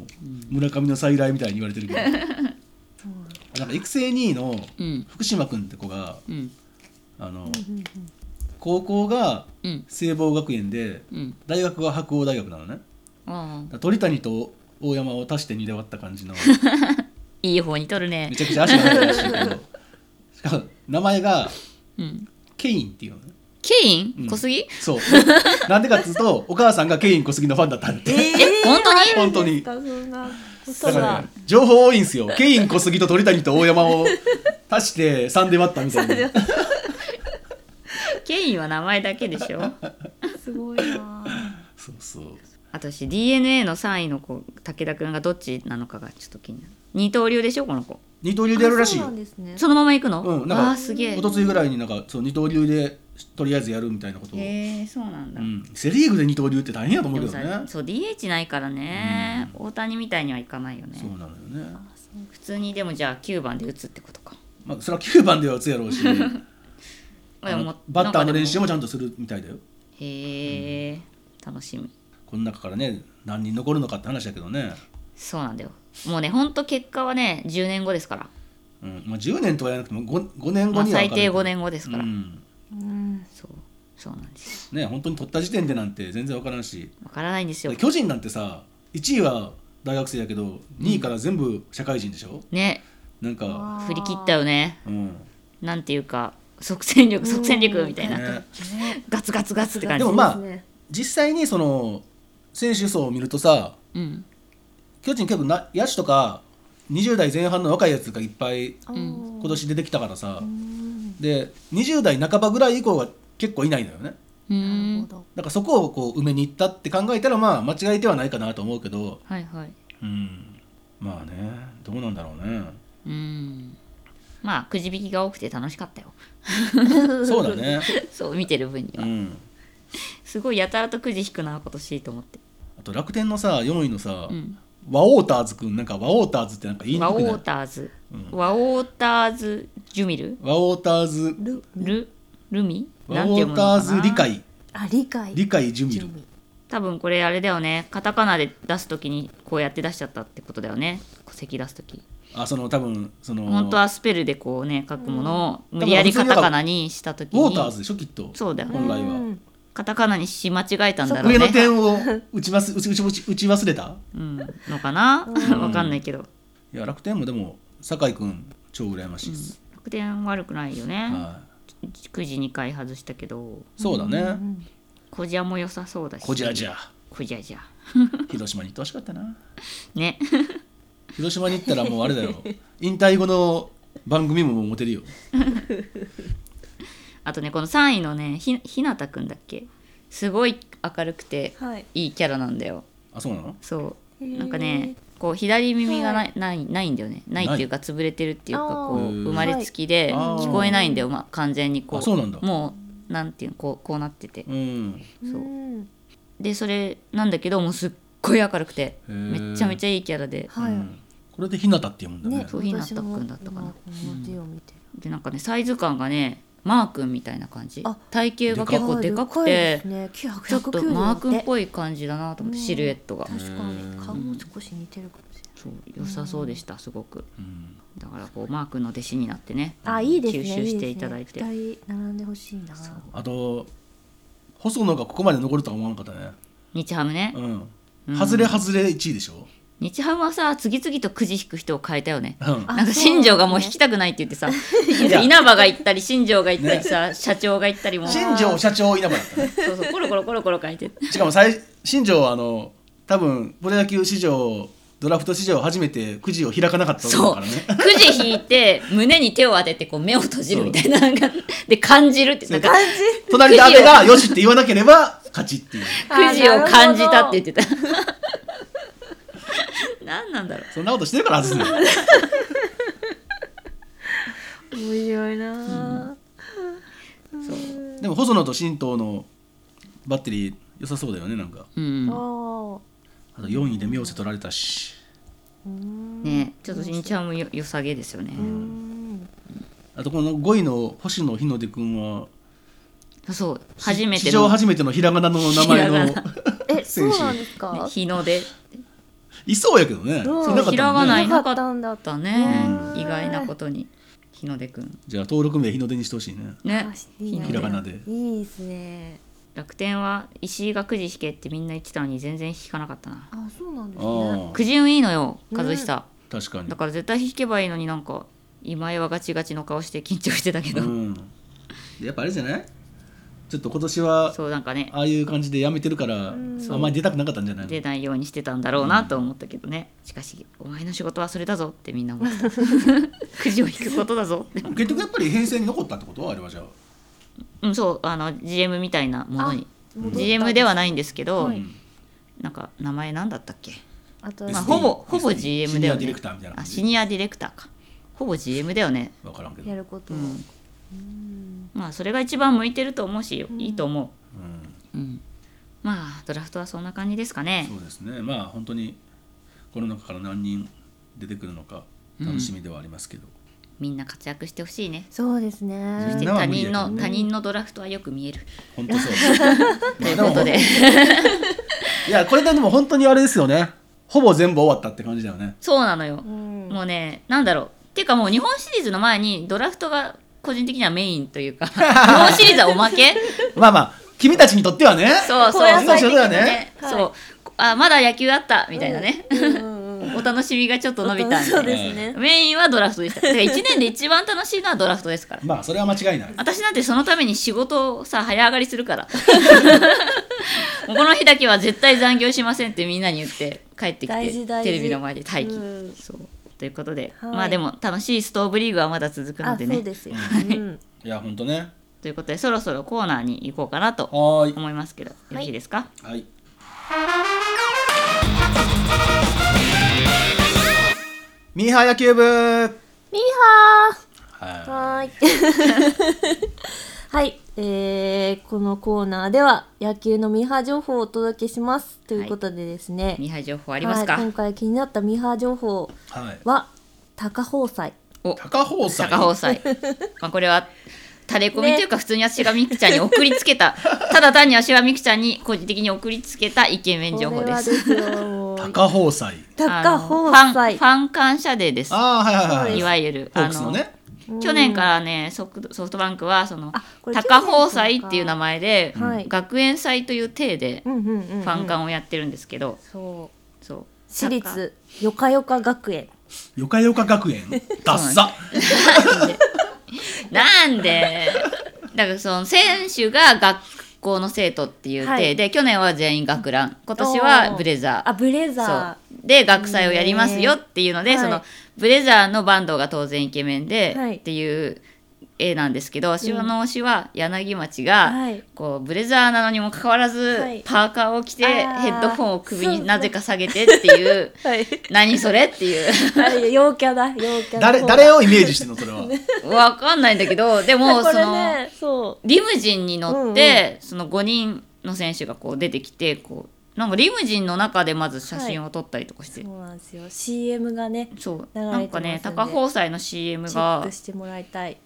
S2: 村上の再来みたいに言われてるけどなんか育成2位の
S1: うん
S2: 福島君って子が
S1: うん
S2: あの
S3: うんうん
S2: 高校が
S1: うん
S2: 聖望学園で
S1: うん
S2: 大学が白鴎大学なのねだか
S1: ああ
S2: ら鳥谷と大山を足して2で割った 感じの
S1: いい方に取るね
S2: めちゃくちゃ足が速いらしいけどしかも名前が
S1: うん
S2: ケインっていうのね
S1: ケイ
S2: うん
S1: ン小杉
S2: そう なんでかっつうとお母さんがケイン小杉のファンだったんで
S1: え本当に
S2: 本当に
S3: そんなこと
S2: だ
S3: が
S2: からね、情報多いんですよケイン小杉と鳥谷と大山を足して3で割ったみたいな
S1: ケインは名前だけでしょ
S3: すごいな
S2: そうそう
S1: 私 DNA の3位の子武田君がどっちなのかがちょっと気になる二刀流でしょこの子
S2: 二刀流でやるらしい
S3: あそう
S2: よ
S3: なんですね
S1: そのまま行くの、
S2: うんなんか
S1: あーすげえ
S2: 一昨日ぐらいになんかそう二刀流でとりあえずやるみたいなことを、
S1: へえそうなんだ、
S2: うん、セ・リーグで二刀流って大変やと思う
S1: で
S2: け
S1: も
S2: ど
S1: さ
S2: ねそ
S1: そう DH ないからね、大谷みたいにはいかないよね
S2: うなのよね
S1: 普通にでもじゃあ9番で打つってことか、
S2: まあそれは9番では打つやろうし
S1: まあ、でも
S2: あのバッターの練習
S1: なんか
S2: もちゃんとするみたいだよ
S1: でもへえ、楽しみ
S2: この中からね何人残るのかって話だけどね、
S1: そうなんだよもうねほんと結果はね10年後ですから、
S2: うんまあ、10年とは言わなくても 5, 五年
S1: ま
S2: 後
S1: あ、
S2: には
S1: 最
S2: 分かる
S1: 低5年後ですから、
S2: うん
S3: うん
S1: そうそうなんです
S2: ね本当に取った時点でなんて全然分からんし
S1: わからないんですよ
S2: で巨人なんてさ1位は大学生やけど2位から全部社会人でしょ、
S1: ね
S2: なんか
S3: あー
S1: 振り切ったよね
S2: うん
S1: なんていうか即戦力即戦力みたいな、
S2: ね
S1: ガツガツガツって感じ
S2: でもまあ
S3: そうですね
S2: 実際にその選手層を見るとさ
S1: うん
S2: 巨人結構な野手とか20代前半の若いやつがいっぱい
S3: あーうん
S2: 今年出てきたからさ、で20代半ばぐらい以降は結構いないのよね
S1: う
S3: なる
S1: ん
S3: ほど
S2: だからそこをこう埋めに行ったって考えたらまあ間違えてはないかなと思うけど
S1: はいはい
S2: うんまあねどうなんだろう ね
S1: うんまあくじ引きが多くて楽しかったよ
S2: そうだね
S1: そう見てる分に
S2: う
S1: は、
S2: ん
S1: すごいやたらとくじ引くな今年と思って
S2: あと楽天のさ4位のさ、
S1: うん
S2: ワオーターズくんなんかワオーターズってなんか言いに
S1: ワ
S2: くくな
S1: オー
S2: い
S1: ターズ、
S2: うん
S1: ワオーターズジュミル
S2: ワオーターズ
S3: る
S1: ルルミ
S2: ワ
S1: なん
S2: オ
S1: て読
S2: ー
S1: むのかな
S2: ターズ理解
S3: あ理解
S2: 理解ジュミ
S3: 準
S2: ル
S3: 備
S1: 多分これあれだよねカタカナで出すときにこうやって出しちゃったってことだよね戸籍出すとき
S2: あその多分その
S1: 本当はスペルでこうね書くものを無理やりカタカナにしたとき
S2: ウ
S1: に
S2: ォーターズでしょきっと
S1: そうだよね
S2: 本来は
S3: うん
S1: カタカナにし間違えたんだろう
S2: 上の
S1: ね。
S2: 点を打ちます打ち打ち打ち打ち忘れた
S1: うん、のかなわかんないけど。
S2: いや楽天もでも酒井君超羨ましいです、
S1: 楽天悪くないよね。
S2: は
S1: 9時2回外したけど、
S2: い、そうだね、
S1: 小じゃも良さそうだし。
S2: こじゃじゃ
S1: こじゃじゃ。
S2: 広島に行ってほしかったな
S1: ね。
S2: 広島に行ったらもうあれだよ引退後の番組もモテるよ
S1: あとねこの3位のねひひなたくんだっけすごい明るくて
S4: はい
S1: いいキャラなんだよ
S2: あそうなの
S1: そう
S4: へー
S1: なんかねこう左耳がないないないんだよねないっていうか潰れてるっていうか
S4: あー
S1: こう
S2: へー
S1: 生まれつきで
S2: はいあー
S1: 聞こえないんだよ、まあ、完全にこ
S2: あそうなんだ
S1: もうなんていうのこうこうなってて
S2: うんへ
S1: そうんでそれなんだけどもうすっごい明るくて
S2: え
S1: めっちゃめちゃいいキャラで
S2: う
S4: はい、
S2: ん、これで日向って読むんだね
S4: ね、
S1: そうひなた
S4: 私
S1: く
S4: も
S1: んだったかな
S4: 今表を見てる、
S1: でなんかねサイズ感がねマー君みたいな感じ
S4: あ
S1: 体型が結構でかく
S4: で
S1: て
S4: かいですね、
S1: ちょっとマー君っ
S4: い
S1: ぽい感じだなと思って
S4: うん
S1: シルエットが
S4: 確か
S2: へ
S4: に
S2: ー
S4: 顔も少し似てるかもしれない、
S1: そう良さそうでしたすごく
S2: うん
S1: だからこうマー君の弟子になってね
S4: あいいですね
S1: 吸収していただいて
S4: いいですね、二人並んでほしいな
S2: あと細野がここまで残るとは思わなかったね
S1: 日ハムね
S2: うん外れ外れ1位でしょ、
S1: 日ハムはさ次々とくじ引く人を変えたよね
S2: うん
S4: あ
S1: なんか
S4: そう
S1: 新庄がもう引きたくないって言ってさ
S2: や
S1: 稲葉が行ったり新庄が行ったりさ、社長が行ったりもう
S2: 新庄社長稲葉だった ね
S1: そうそうコロコロコロコロ変えて
S2: しかも最新庄はあの多分プロ野球史上ドラフト史上初めてくじを開かなかった
S1: そう
S2: からね
S1: くじ引いて胸に手を当ててこう目を閉じるみたいななんかで感じるってなんか
S2: 隣で阿部が「よし」って言わなければ勝ちっていう
S1: くじを感じたって言ってた 何なんだろう
S2: そんなことしてるから外すのよ
S4: 面白いな、
S1: そう
S2: でも細野と新藤のバッテリー良さそうだよねなんか
S1: うん
S4: ああ
S2: あと4位で妙瀬取られたし
S4: うん
S1: ねちょっと新ちゃんもよ良さげですよね、
S4: うん
S2: あとこの5位の星野日の出君は
S1: そう初めて
S2: 史上
S1: の、ね、
S2: 初めてのひらがなの名前
S1: ひら
S2: の
S1: が
S4: えそうなんですか
S1: 日の出
S2: いそうやけどね
S4: うん
S2: それなかったもんね
S1: ひらがない
S4: なかったんだ
S1: だね
S4: うん
S1: 意外なことに日の出くん
S2: じゃあ登録名日の出にしてほしいね
S1: ね
S4: あいいな
S2: ひらがなで
S4: いいですね
S1: 楽天は石井がくじ引けってみんな言ってたのに全然引かなかったな
S4: あそうなんですね
S2: ああ
S1: くじ運いいのよ和久、
S2: 確かに
S1: だから絶対引けばいいのになんか今井はガチガチの顔して緊張してたけど、
S2: うん、でやっぱあれじゃないちょっと今年は
S1: そうなんかね
S2: ああいう感じでやめてるから、あんまり出たくなかったんじゃないの
S1: 出ないようにしてたんだろうなと思ったけどね、しかしお前の仕事はそれだぞってみんな思ったくじを引くことだぞって
S2: 結局やっぱり編成に残ったってことあれはじゃあ
S1: うん、そうあの GM みたいなものに
S4: 戻った
S1: GM ではないんですけど、
S2: い
S1: なんか名前なんだったっけ、
S4: あと
S2: で
S1: まあ、
S2: す
S1: ほぼ
S2: シニア
S1: ほぼ GM だよね
S2: シニアディレクターみたいな
S1: あ
S2: 感じ
S1: シニアディレクターかほぼ GM だよね
S2: 分からんけど、
S4: や
S2: うん、
S4: ることを
S1: うんまあそれが一番向いてると思うし、いいと思う、うん、まあドラフトはそんな感じですかね
S2: そうですねまあ本当にこの中から何人出てくるのか楽しみではありますけど、
S1: みんな活躍してほしいね
S4: そうです
S1: そして
S4: ね
S2: みんなは
S1: 他
S2: 無理
S1: 人
S2: だけど
S1: の
S2: ね
S1: 他人のドラフトはよく見える
S2: 本当そ う
S1: ということで
S2: いやこれでも本当にあれですよねほぼ全部終わったって感じだよね
S1: そうなのよ、
S4: うん
S1: もうねなんだろうっていうかもう日本シリーズの前にドラフトが個人的にはメインという か日本シリーズはおまけ
S2: まあまあ君たちにとってはね
S1: そうそう
S2: こういう
S1: そう
S2: ことだよね
S1: そうあまだ野球あったみたいなね、
S4: うん うん
S1: お楽しみがちょっと伸びたみ
S4: そ
S1: た
S4: う
S1: いな
S4: ですね
S1: メインはドラフトでしただから1年で一番楽しいのはドラフトです から
S2: まあそれは間違いない
S1: 私なんてそのために仕事をさ早上がりするから もうこの日だけは絶対残業しませんってみんなに言って帰ってき
S4: 大事
S1: て
S4: 大事
S1: テレビの前で待機、
S4: うん
S1: そうということで、
S4: はい
S1: まあでも楽しいストーブリーグはまだ続くの
S4: あ
S1: で
S4: そう
S1: ね
S4: ですようん
S2: いや本当ね
S1: ということでそろそろコーナーに行こうかなと
S2: はーい
S1: 思いますけどよろしいですか、
S2: はい。ミーハー野球部。は
S4: ミーハー
S2: い。
S4: はーい はい、えー、このコーナーでは野球のミーハー情報をお届けしますということでですね、
S1: ミーハー情報ありますか、
S4: はい今回気になったミーハー情報
S2: はい。
S4: は高宝祭
S1: お
S2: 高宝祭。
S1: 高宝 祭まあこれは垂れ込みというか普通に私がみくちゃんに送りつけ た、ただ単に私がみくちゃんに個人的に送りつけたイケメン情報です
S4: これはですよ もう
S2: 高宝祭。
S4: 高
S1: あの
S4: 宝
S1: ファン
S4: 祭
S1: ファン感謝デーです
S2: ああ、はいはいはい。
S1: いわゆる
S2: ホークスのね。
S1: 去年からねソフトソフトバンクはその
S4: あこれ
S1: 高宝祭っていう名前で、
S4: はい
S1: 学園祭という体で
S4: うんうんうんうん
S1: ファン館をやってるんですけど、
S3: そ
S1: そう
S4: 私立よかよか学園
S2: よかよか学園ダッサ
S1: なん でだからその選手が学校の生徒っていう体で、去年は全員学ラン今年はブレザ
S4: あブレ
S1: ー
S4: ザ
S1: そうで学祭をやりますよっていうので、
S4: ね
S1: そ
S4: は
S1: の
S4: い
S1: ブレザーのバンドが当然イケメンで、
S4: はい
S1: っていう絵なんですけど私の推しは柳町が、
S4: はい
S1: こうブレザーなのにもかかわらず、
S4: はい
S1: パーカーを着て
S4: あ
S1: ヘ
S4: ー
S1: ッドホンを首になぜか下げてっていう
S4: ーはい
S1: 何それって いう。
S4: はい陽キャだ陽キャ
S2: 誰誰をイメージしてんのそれは
S1: わかんないんだけどでも
S4: もこ
S1: そ
S4: れ
S1: の、
S4: ねそう
S1: リムジンに乗って、その5人の選手がこう出てきてこうなんかリムジンの中でまず写真を撮ったりとかして、
S4: そうなんですよ CM がね
S1: そう
S4: 流れて
S1: なんかね
S4: ますよね
S1: 高宝祭の
S4: チ
S1: CM
S4: ェッ
S1: が
S4: クしてもらいたい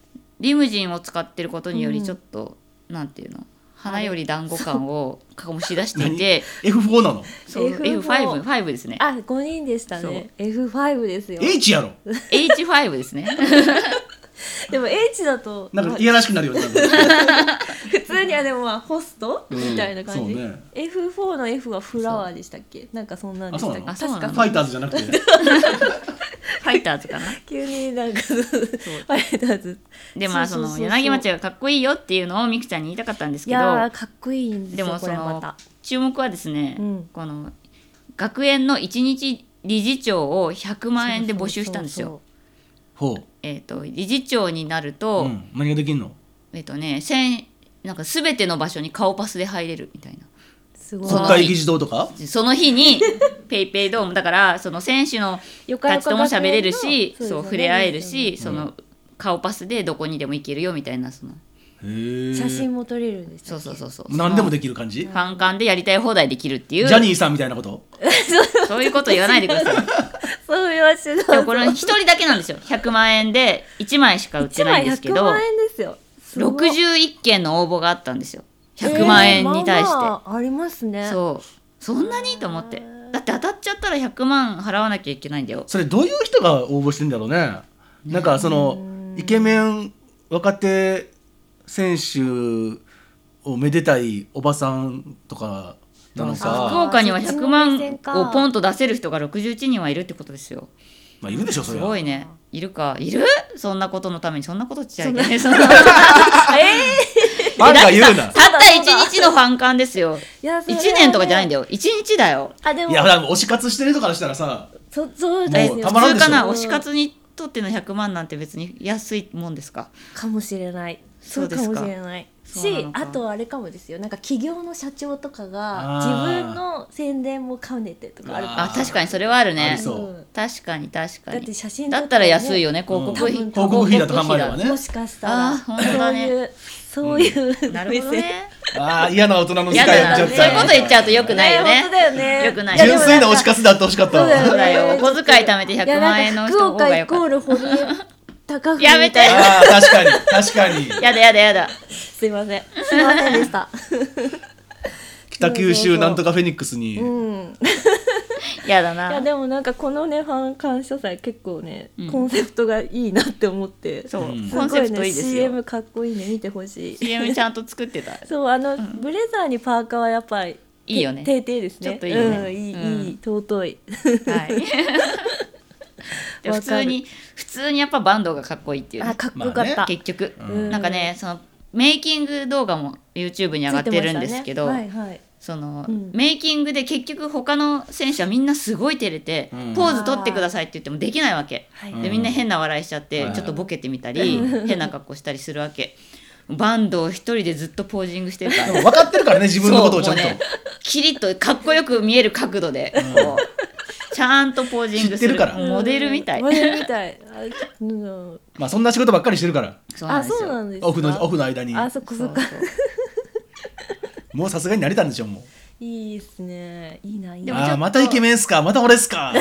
S1: リムジンを使ってることによ
S4: う
S1: り
S4: ん
S1: ちょっと、なんていうの花より団子感を醸し出していて
S2: F4 なの
S1: そう
S4: F5
S1: F5 5ですね
S4: あ5人でしたね F5 ですよ
S2: H やろ
S1: H5 です ね
S4: でも H だと
S2: なん
S4: ま
S2: か
S4: あ
S2: いやらしくなるよ ね
S4: 普通にはでもまあホスト
S2: うん
S4: みたいな感じ
S2: そうね
S4: F4 の F はフラワーでしたっけなんかそんなんでしたっけ
S1: あそうなの
S4: 確
S1: あそうなの
S2: フ
S4: か
S2: ァイターズじゃなく て
S1: ファイターズかな
S4: 急になんかファイターズ
S1: でまあその
S4: そうそうそうそう
S1: 柳町がかっこいいよっていうのをみくちゃんに言いたかったんです
S4: い
S1: けど
S4: やーかっこいいんです
S1: で
S4: よ
S1: もそ
S4: これま
S1: の
S4: た
S1: 注目はですね、
S4: うん
S1: この学園の一日理事長を100万円で募集したんですよ。
S2: ほう
S1: えっ、と理事長になると、
S2: うん、何ができんの
S1: えっ、とね、千なんかすべての場所に顔パスで入れるみたいな。
S4: そうそうそうす
S1: そ
S4: ご
S1: の
S2: 国
S1: な
S4: い
S2: 会議事堂とか
S1: その日にペイペイドームだからその選手の
S4: よか
S1: た
S4: よ
S1: ち
S4: か
S1: とも
S4: 学
S1: 喋
S4: 園
S1: れる
S4: の
S1: し、
S4: です
S1: そ
S4: よ
S1: う
S4: ね
S1: 触れ合えるし、
S4: うん
S1: その顔パスでどこにでも行けるよみたいなその
S2: へえ
S4: 写真も撮れるんです
S1: そうそうそうそう。
S2: 何でも
S1: で
S2: できる感じ
S1: ファン間でやりたい放題できるってい
S2: ジ
S1: う
S2: ャニーさんみたいなこと
S1: そういうこと言わないでください。
S4: そう言わせ
S1: でもこれ一人だけなんですよ100万円で1枚しか売って
S4: 1
S1: ないん
S4: 枚
S1: ですけ
S4: 100
S1: ど
S4: 万円ですよすごい
S1: 61件の応募があったんですよ100万円に対して、
S4: えーまあまあありますね
S1: そうそんなにと思ってだって当たっちゃったら100万払わなきゃいけないんだよ
S2: それどういう人が応募してんだろうねなんかそのイケメン若手選手をめでたいおばさんとかなの
S1: 福
S4: あー
S2: か
S1: 岡には100万
S4: そっちの目線か
S1: をポンと出せる人が61人はいるってことですよ
S2: まあいるでしょそ
S1: す
S2: れ
S1: ご
S2: はい
S1: ねいるかいるそんなことのためにそんなことしちゃいけないそん な
S2: ファンが言う
S1: たっ
S2: な
S1: た1日のファン間ですよ
S4: いやそれ
S1: 1
S4: はね
S1: 年とかじゃないんだよ1日だよ
S4: あでも
S2: いやなんか推し活してる人からしたらさ
S4: そそうです
S2: もう
S4: よ
S2: たまらん
S1: 普
S2: で
S1: 通
S2: しょ
S1: かな推し活にとっての100万なんて別に安いもんですか
S4: かもしれない
S1: そ
S4: そうう
S1: で
S4: か
S1: すか
S4: もしれない
S1: そうな
S4: し
S1: のか
S4: あとあれかもですよなんか企業の社長とかが
S2: あ
S4: 自
S2: ー
S4: 分の宣伝も兼ねてとかあるか
S1: あ確かにそれはある
S2: あ
S1: ね
S2: りそう
S4: うん
S1: 確かに確か
S4: だっ
S1: に
S4: て写真
S1: だったら安い
S4: よ
S1: よね広告
S2: うん
S1: 費
S4: 広
S2: 告費だと考えればね
S4: もしかしたら
S1: あー本当だね
S4: そういうそういう
S1: なるほどね
S2: ああ嫌な大人の世
S1: 嫌
S2: 界
S1: だ
S2: やっ
S1: な
S2: ち
S1: そ
S2: ゃ
S1: う
S2: っ
S1: いう
S2: た
S1: こと言っちゃうとよくないよ
S4: ね
S1: ね
S4: 本当だよね
S1: 良くない
S4: やで
S2: 純
S4: も
S2: 粋
S4: ん
S2: な
S4: か
S2: 推し活であってほしかったわ
S4: そうだ
S1: そ
S4: よ
S1: うだよお
S4: ね
S1: 小遣い貯めて100万円の人の方がよ
S4: いやなんか
S1: か
S4: 福岡
S1: っ
S4: イコール堀江高文
S1: やめて
S2: ああ確かに 確かに
S1: たやだやだやだ
S4: すいませんすいませんでした
S2: 北九州なんとかフェニックスに
S4: うん
S1: やだ
S4: いや
S1: な
S4: でもなんかこのねファン感謝祭結構ね、
S1: うん
S4: コンセプトがいいなって思って
S1: そう
S2: うん
S1: コンセプトいいですす
S4: ごね、
S1: よ
S4: CM かっこいいね見てほしい
S1: CM ちゃんと作ってた
S4: そうあの、ブレザーにパーカーはやっぱり
S1: いいよね
S4: てていですね
S1: ちょっといいよね
S4: うん、いい、
S1: うん
S4: いい尊い
S1: はい で普
S4: わかる
S1: 通に普通にやっぱバンドがかっこいいっていうね
S4: あかっこよかった、
S2: まあ
S1: 結局
S2: うん
S1: なんかねそのメイキング動画も YouTube に上がってるんですけど、
S4: ついてましたねはいはい
S1: その、
S4: うん
S1: メイキングで結局他の選手はみんなすごい照れて、
S2: うん
S1: ポーズ取ってくださいって言ってもできないわけ、
S4: はい
S1: でみんな変な笑いしちゃって、
S2: うん
S1: ちょっとボケてみたり、変な格好したりするわけバンドを一人でずっとポージングしてるか
S2: で
S1: ら
S2: も分かってるからね自分のことをちゃんと
S1: そうもうねキリッとかっこよく見える角度で、こうちゃんとポージングする
S2: 知ってるから
S1: モデルみたい、
S4: モデルみたいあ うん
S2: まあそんな仕事ばっかりしてるから
S1: そうなん
S4: あ
S1: ですよ
S4: そうなんですか
S2: オフのオフの間に
S4: あそこそこ
S1: そうそう
S2: もうさすがに慣れたんでしょもう
S4: いいですねいいないい
S1: でもちょっ
S2: あ
S1: と
S2: あーまたイケメンっすかまた俺っす か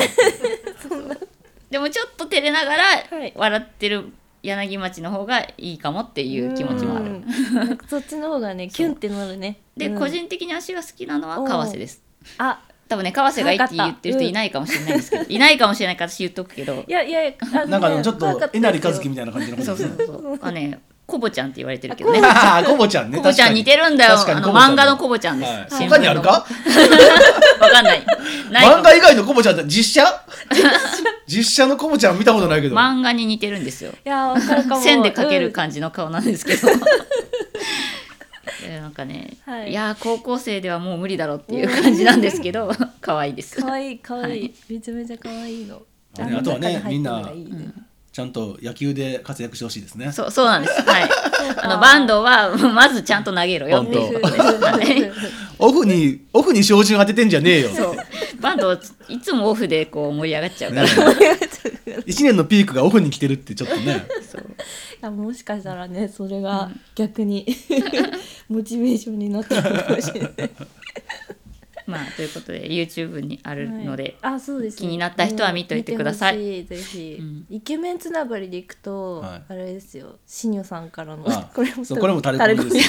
S1: でもちょっと照れながら
S4: い
S1: 笑ってる柳町の方がいいかもっていう気持ちもある、
S4: うんなんかそっちの方がねキュンってなるね
S1: で、
S4: うん
S1: 個人的に足が好きなのは川瀬です
S4: あ
S1: 多分ね川瀬がいいって言ってる人いないかもしれないんですけど、 いないかもしれないから私言っとくけど
S4: いやいやあのね
S2: なんかでもちょっ
S4: 怖か
S2: と
S4: た
S2: えなりかずきみたいな感じのこ
S1: そ
S2: と
S1: う
S2: です
S1: そう
S2: ね
S1: そうあ ねコボちゃんって言われてるけどね
S2: あ あコボちゃんね
S1: コボちゃん似てるんだよ
S2: 確か
S1: あ
S2: に
S1: の
S2: コボちゃん
S1: 漫画のコボちゃんです、
S2: はい
S1: 新聞
S2: 他にあるか
S1: わかんないないか
S2: 漫
S1: も
S2: 画以外のコボちゃんって実 写実写のコボちゃん見たことないけど
S1: 漫画に似てるんですよ
S4: いやわかるか も
S1: 線で描ける
S4: か、
S1: 感じの顔なんですけ ど、えーなんかね、
S4: はい
S1: い、やー高校生ではもう無理だろっていう感じなんですけど 可愛いです
S4: うん、かわいいかわいい、
S1: はい
S4: めちゃめちゃかわいいの
S2: あねあとはねみんな
S4: うん
S2: ちゃんと野球で活躍してほしいですね
S1: そうそうなんですはいあのバンドはまずちゃんと投げろよっていうことですはい
S2: オフにオフに照準当ててんじゃねえよ
S1: そうバンドいつもオフでこう盛り上がっちゃうか
S2: ね
S1: ら、
S2: 一年のピークがオフに来てるってちょっとね
S1: そう
S4: あもしかしたらねそれが逆に、 モチベーションになってるかもしれない
S1: まあということで YouTube にあるので、
S4: はいあそうですね
S1: 気になった人は見といてください
S4: もう見てほしいぜひ、
S1: うん
S4: イケメンつながりでいくと、
S2: はい
S4: あれですよシニョさんからの
S2: あ
S4: これも
S2: そうこれもタレコミです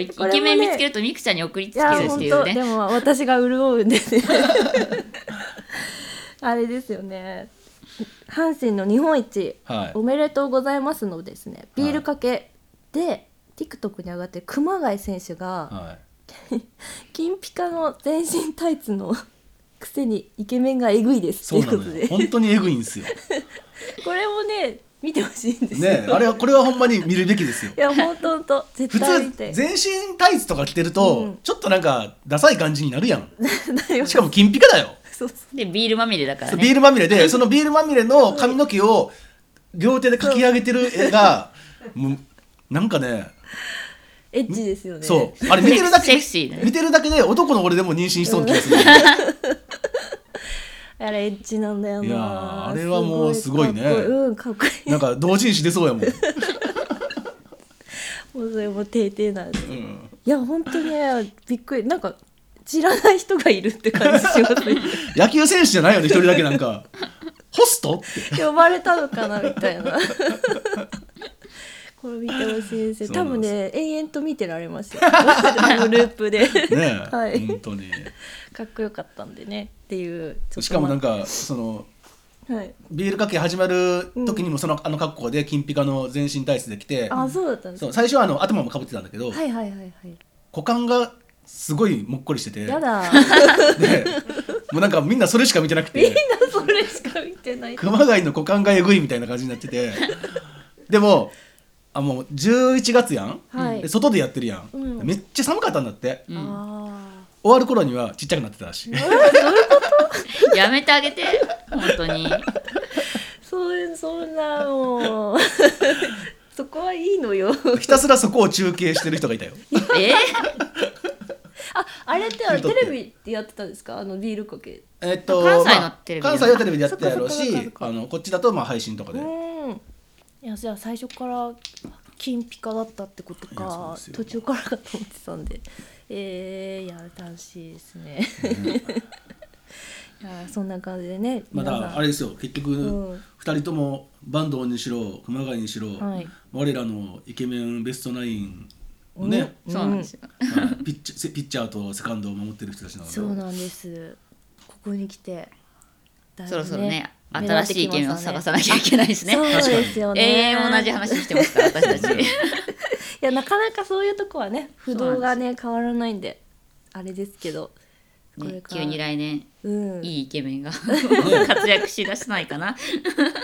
S1: イケメン見つけるとミクちゃんに送りつけ
S4: い
S1: る
S4: や
S1: っ
S4: 本
S1: ていう
S4: 当で
S1: ね
S4: も私が潤うん ですよあれですよね阪神の日本一、
S2: はい
S4: おめでとうございますのですねビールかけで、TikTok に上がってる熊谷選手が
S2: は
S4: 金ピカの全身タイツのくせにイケメンがえぐいで
S2: い
S4: す
S2: そ
S4: っ
S2: う
S4: て
S2: な
S4: いうこと
S2: の
S4: で
S2: よ本当にエグいんですよ
S4: これもね見てほしいんですよ、
S2: ねあれはこれはほんまに見るべきですよ
S4: いや本当本当
S2: 普
S4: 絶対見
S2: 通
S4: て
S2: 全身タイツとか着てると、
S4: うん
S2: ちょっとなんかダサい感じになるやん
S4: なります
S2: しかも金ピカだよ、
S4: そうそう
S1: でビールまみれだから
S2: そう
S1: ね
S2: ビールまみれでそのビールまみれの髪の毛を両手でかき上げてる絵がもうなんかね
S4: エッチですよね
S2: そうあれ見てるだけ
S1: セクシーね
S2: 見てるだけで男の俺でも妊娠しそうな気がする、
S4: あれエッチなんだよない
S2: やーあれはもうすごいね
S4: かっこうんかっこいい
S2: なんか同人誌出そうやもん、
S4: もうそれも定定なんです
S2: うん
S4: いや本当ねびっくりなんか知らない人がいるって感じしますね
S2: 野球選手じゃないよね一人だけなんかホストって
S4: 呼ばれたのかなみた いなこれ見てほしいですよ
S2: そうな
S4: 多分
S2: んで
S4: ね延々と見てられますよ あのループで
S2: ねえ、
S4: はい
S2: 本当に
S4: かっこよかったんでねっていうちょっと
S2: しかもなんかその
S4: はい、
S2: ビールかけ始まる時にもその、あの格好で金ピカの全身タイツできて
S4: あそうだったんです
S2: そう最初はあの頭もかぶってたんだけど、
S4: はいはいはいはい
S2: 股間がすごいもっこりしてて
S4: やだ
S2: でもうなんかみんなそれしか見てなく
S4: みんな
S2: て
S4: それしか見てない
S2: 熊谷の股間がえぐいみたいな感じになっててでもあもう11月やん、
S4: はい
S2: で外でやってるやん、
S4: うん
S2: めっちゃ寒かったんだって、
S1: うん
S4: あ
S2: 終わる頃にはちっちゃくなってたらしい、
S1: やめてあげて本当に
S4: あそういうそんな もうそこはいいのよ
S2: ひたすらそこを中継してる人がいたよ
S1: え
S4: ああれってあれ
S2: ヒントっ
S4: テ
S2: て
S4: レビでやってたんですかあのビールかけ
S2: えっと
S1: 関西の
S2: まあ
S1: テレビ
S2: 関西はテレビでやってやろう
S4: そっかそっかそ
S2: し
S4: っか
S2: あのこっちだとまあ配信とか
S4: う
S2: で、
S4: んいやじゃあ最初から金ピカだったってこと
S2: いやそう
S4: か
S2: ですよ
S4: 途中からかと思ってたんでえー、いや楽 しいですねいやそんな感じでね
S2: まあだか
S4: 皆
S2: ら
S4: さん
S2: あれですよ結局、
S4: うん
S2: 二人とも坂東にしろ熊谷にしろ、
S4: はい
S2: 我らのイケメンベストナインのね、
S1: そうなんですよ、
S2: はいピッチャピッチャーとセカンドを守ってる人たちなので
S4: そうなんですここに来てだいぶ
S1: そろそろね
S4: 目立っ
S1: 新
S4: て
S1: しい
S4: き
S1: イケ
S4: ま
S1: メ
S4: し
S1: ンを
S4: たね
S1: 探さなきゃいけないですね
S4: そうです よね
S1: 永遠同じ話してますから 私たち
S4: いやなかなかそういうとこはね不動がね変わらないんであれですけどこれ
S1: ね
S4: から
S1: 急に来年
S4: うん
S1: いいイケメンが活躍しだせないかな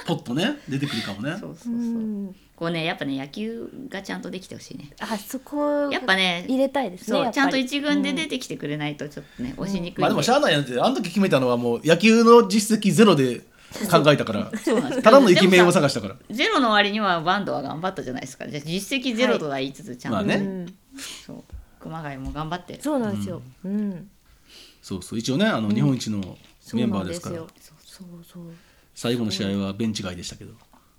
S2: ポッとね出てくるかもね
S1: そう
S4: う
S1: そうそうんこうねやっぱね野球がちゃんとできてほしいね
S4: あそこ
S1: やっぱね
S4: 入れたいですね
S1: そ
S4: や
S1: う
S4: っ
S1: ち
S4: ぱり
S1: ゃんと一軍で出てきてくれないとちょっとね押しにくい
S2: まあ
S1: ん
S2: でも
S1: で
S2: しゃあないやんってあの時決めたのはもう野球の実績ゼロで考えたからただのイケメンを探したから
S1: ゼロの割にはバンドは頑張ったじゃないですかじゃあ実績ゼロとは言いつつちゃんと、
S2: まあね
S4: うん
S1: そう熊谷も頑張って
S4: そうなんですようん
S2: そうそう一応ねあの日本一の
S4: そう
S2: メンバー
S4: なん
S2: で
S4: ですす
S2: から、
S4: よそうそう
S2: 最後の試合はベンチ外でしたけど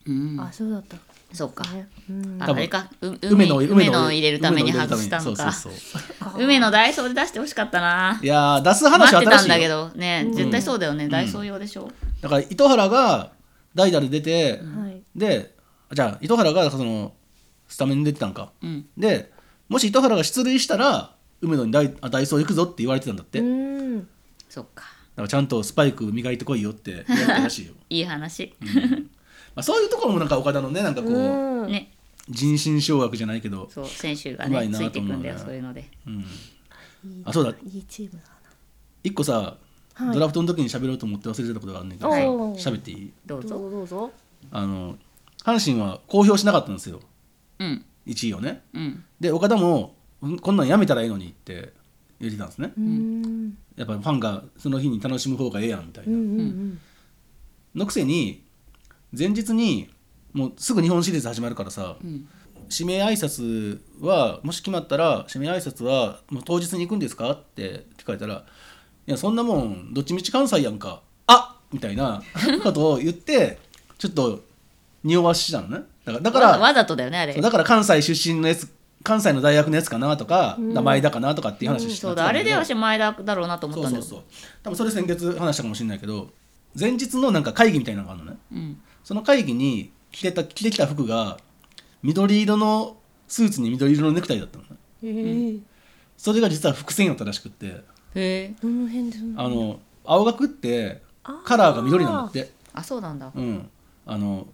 S1: うん
S4: あそうだった
S1: そうか
S4: ねうん
S1: あ
S2: 多
S1: あ
S2: 分
S1: れかう梅
S2: 梅
S1: の
S2: 野
S1: 梅野を入れるために
S2: 梅野を入れ
S1: 外
S2: る
S1: したのか
S2: そうそうそう
S1: 梅のダイソーで出してほしかったない
S2: やー出す話
S1: 待
S2: は
S1: って
S2: 新
S1: た
S2: し
S1: ん
S2: いよ
S1: だけどね、絶対そうだよね、ダイソー用でしょ
S2: だから糸原が代打で出て、
S4: はい
S2: でじゃあ糸原がそのスタメンで出てたんか
S1: うん
S2: でもし糸原が出塁したら梅野にダイあダイソー行くぞって言われてたんだって、
S4: う
S2: だ
S4: ん
S1: そっか
S2: からちゃんとスパイク磨いてこいよって言われたらしいよ、
S1: いい話、
S2: まあ、そういうところもなんか岡田のねなんかこう、
S4: うん
S1: ね
S2: 人心掌握じゃないけど、
S1: そう選手が
S2: うまい
S1: ね
S2: な
S1: ついてくんだよ
S2: と思うな
S1: そういうので
S2: うん、
S4: いい
S2: あそうだ
S4: いいチームだ
S2: 一個さ、
S4: な
S2: ドラフトの時に喋ろうと思って忘れてたことがあるんだけどさ
S4: おー
S2: 喋っていい
S1: どう
S4: どう
S1: ぞ
S4: ぞどうぞ
S2: あの阪神は公表しなかったんですよ
S1: うん
S2: 1位をね
S1: うん
S2: で岡田もうんこんなんやめたらいいのにって言ってたんですね
S4: うん
S2: やっぱファンがその日に楽しむ方がええやんみたい
S4: うんう
S2: な、
S4: ん
S2: のくせに前日にもうすぐ日本シリーズ始まるからさ
S1: うん
S2: 指名挨拶はもし決まったら指名挨拶はもう当日に行くんですかって聞かれたら「いやそんなもんどっちみち関西やんかあみたいなことを言ってちょっと匂わしたのねだからだか
S1: わざ
S2: ら
S1: わざとだよねあれ
S2: そうだから関西出身のやつ関西の大学のやつかなとか名前だかなとかっていう話して
S1: そうだあれで私前田だろうなと思っ
S2: そ
S1: た
S2: うん
S1: だ
S2: そ
S1: よ
S2: うそう多分それ先月話したかもしれないけど前日のなんか会議みたいなのがあるのね
S1: うん
S2: その会議に着てた着てきた服が緑色のスーツに緑色のネクタイだったのね
S4: えー
S2: それが実は伏線やったらしくって
S1: へえ
S4: どの辺でそんな
S2: あの青学ってカラーが緑なんだって
S1: あそうなんだ
S2: うんあの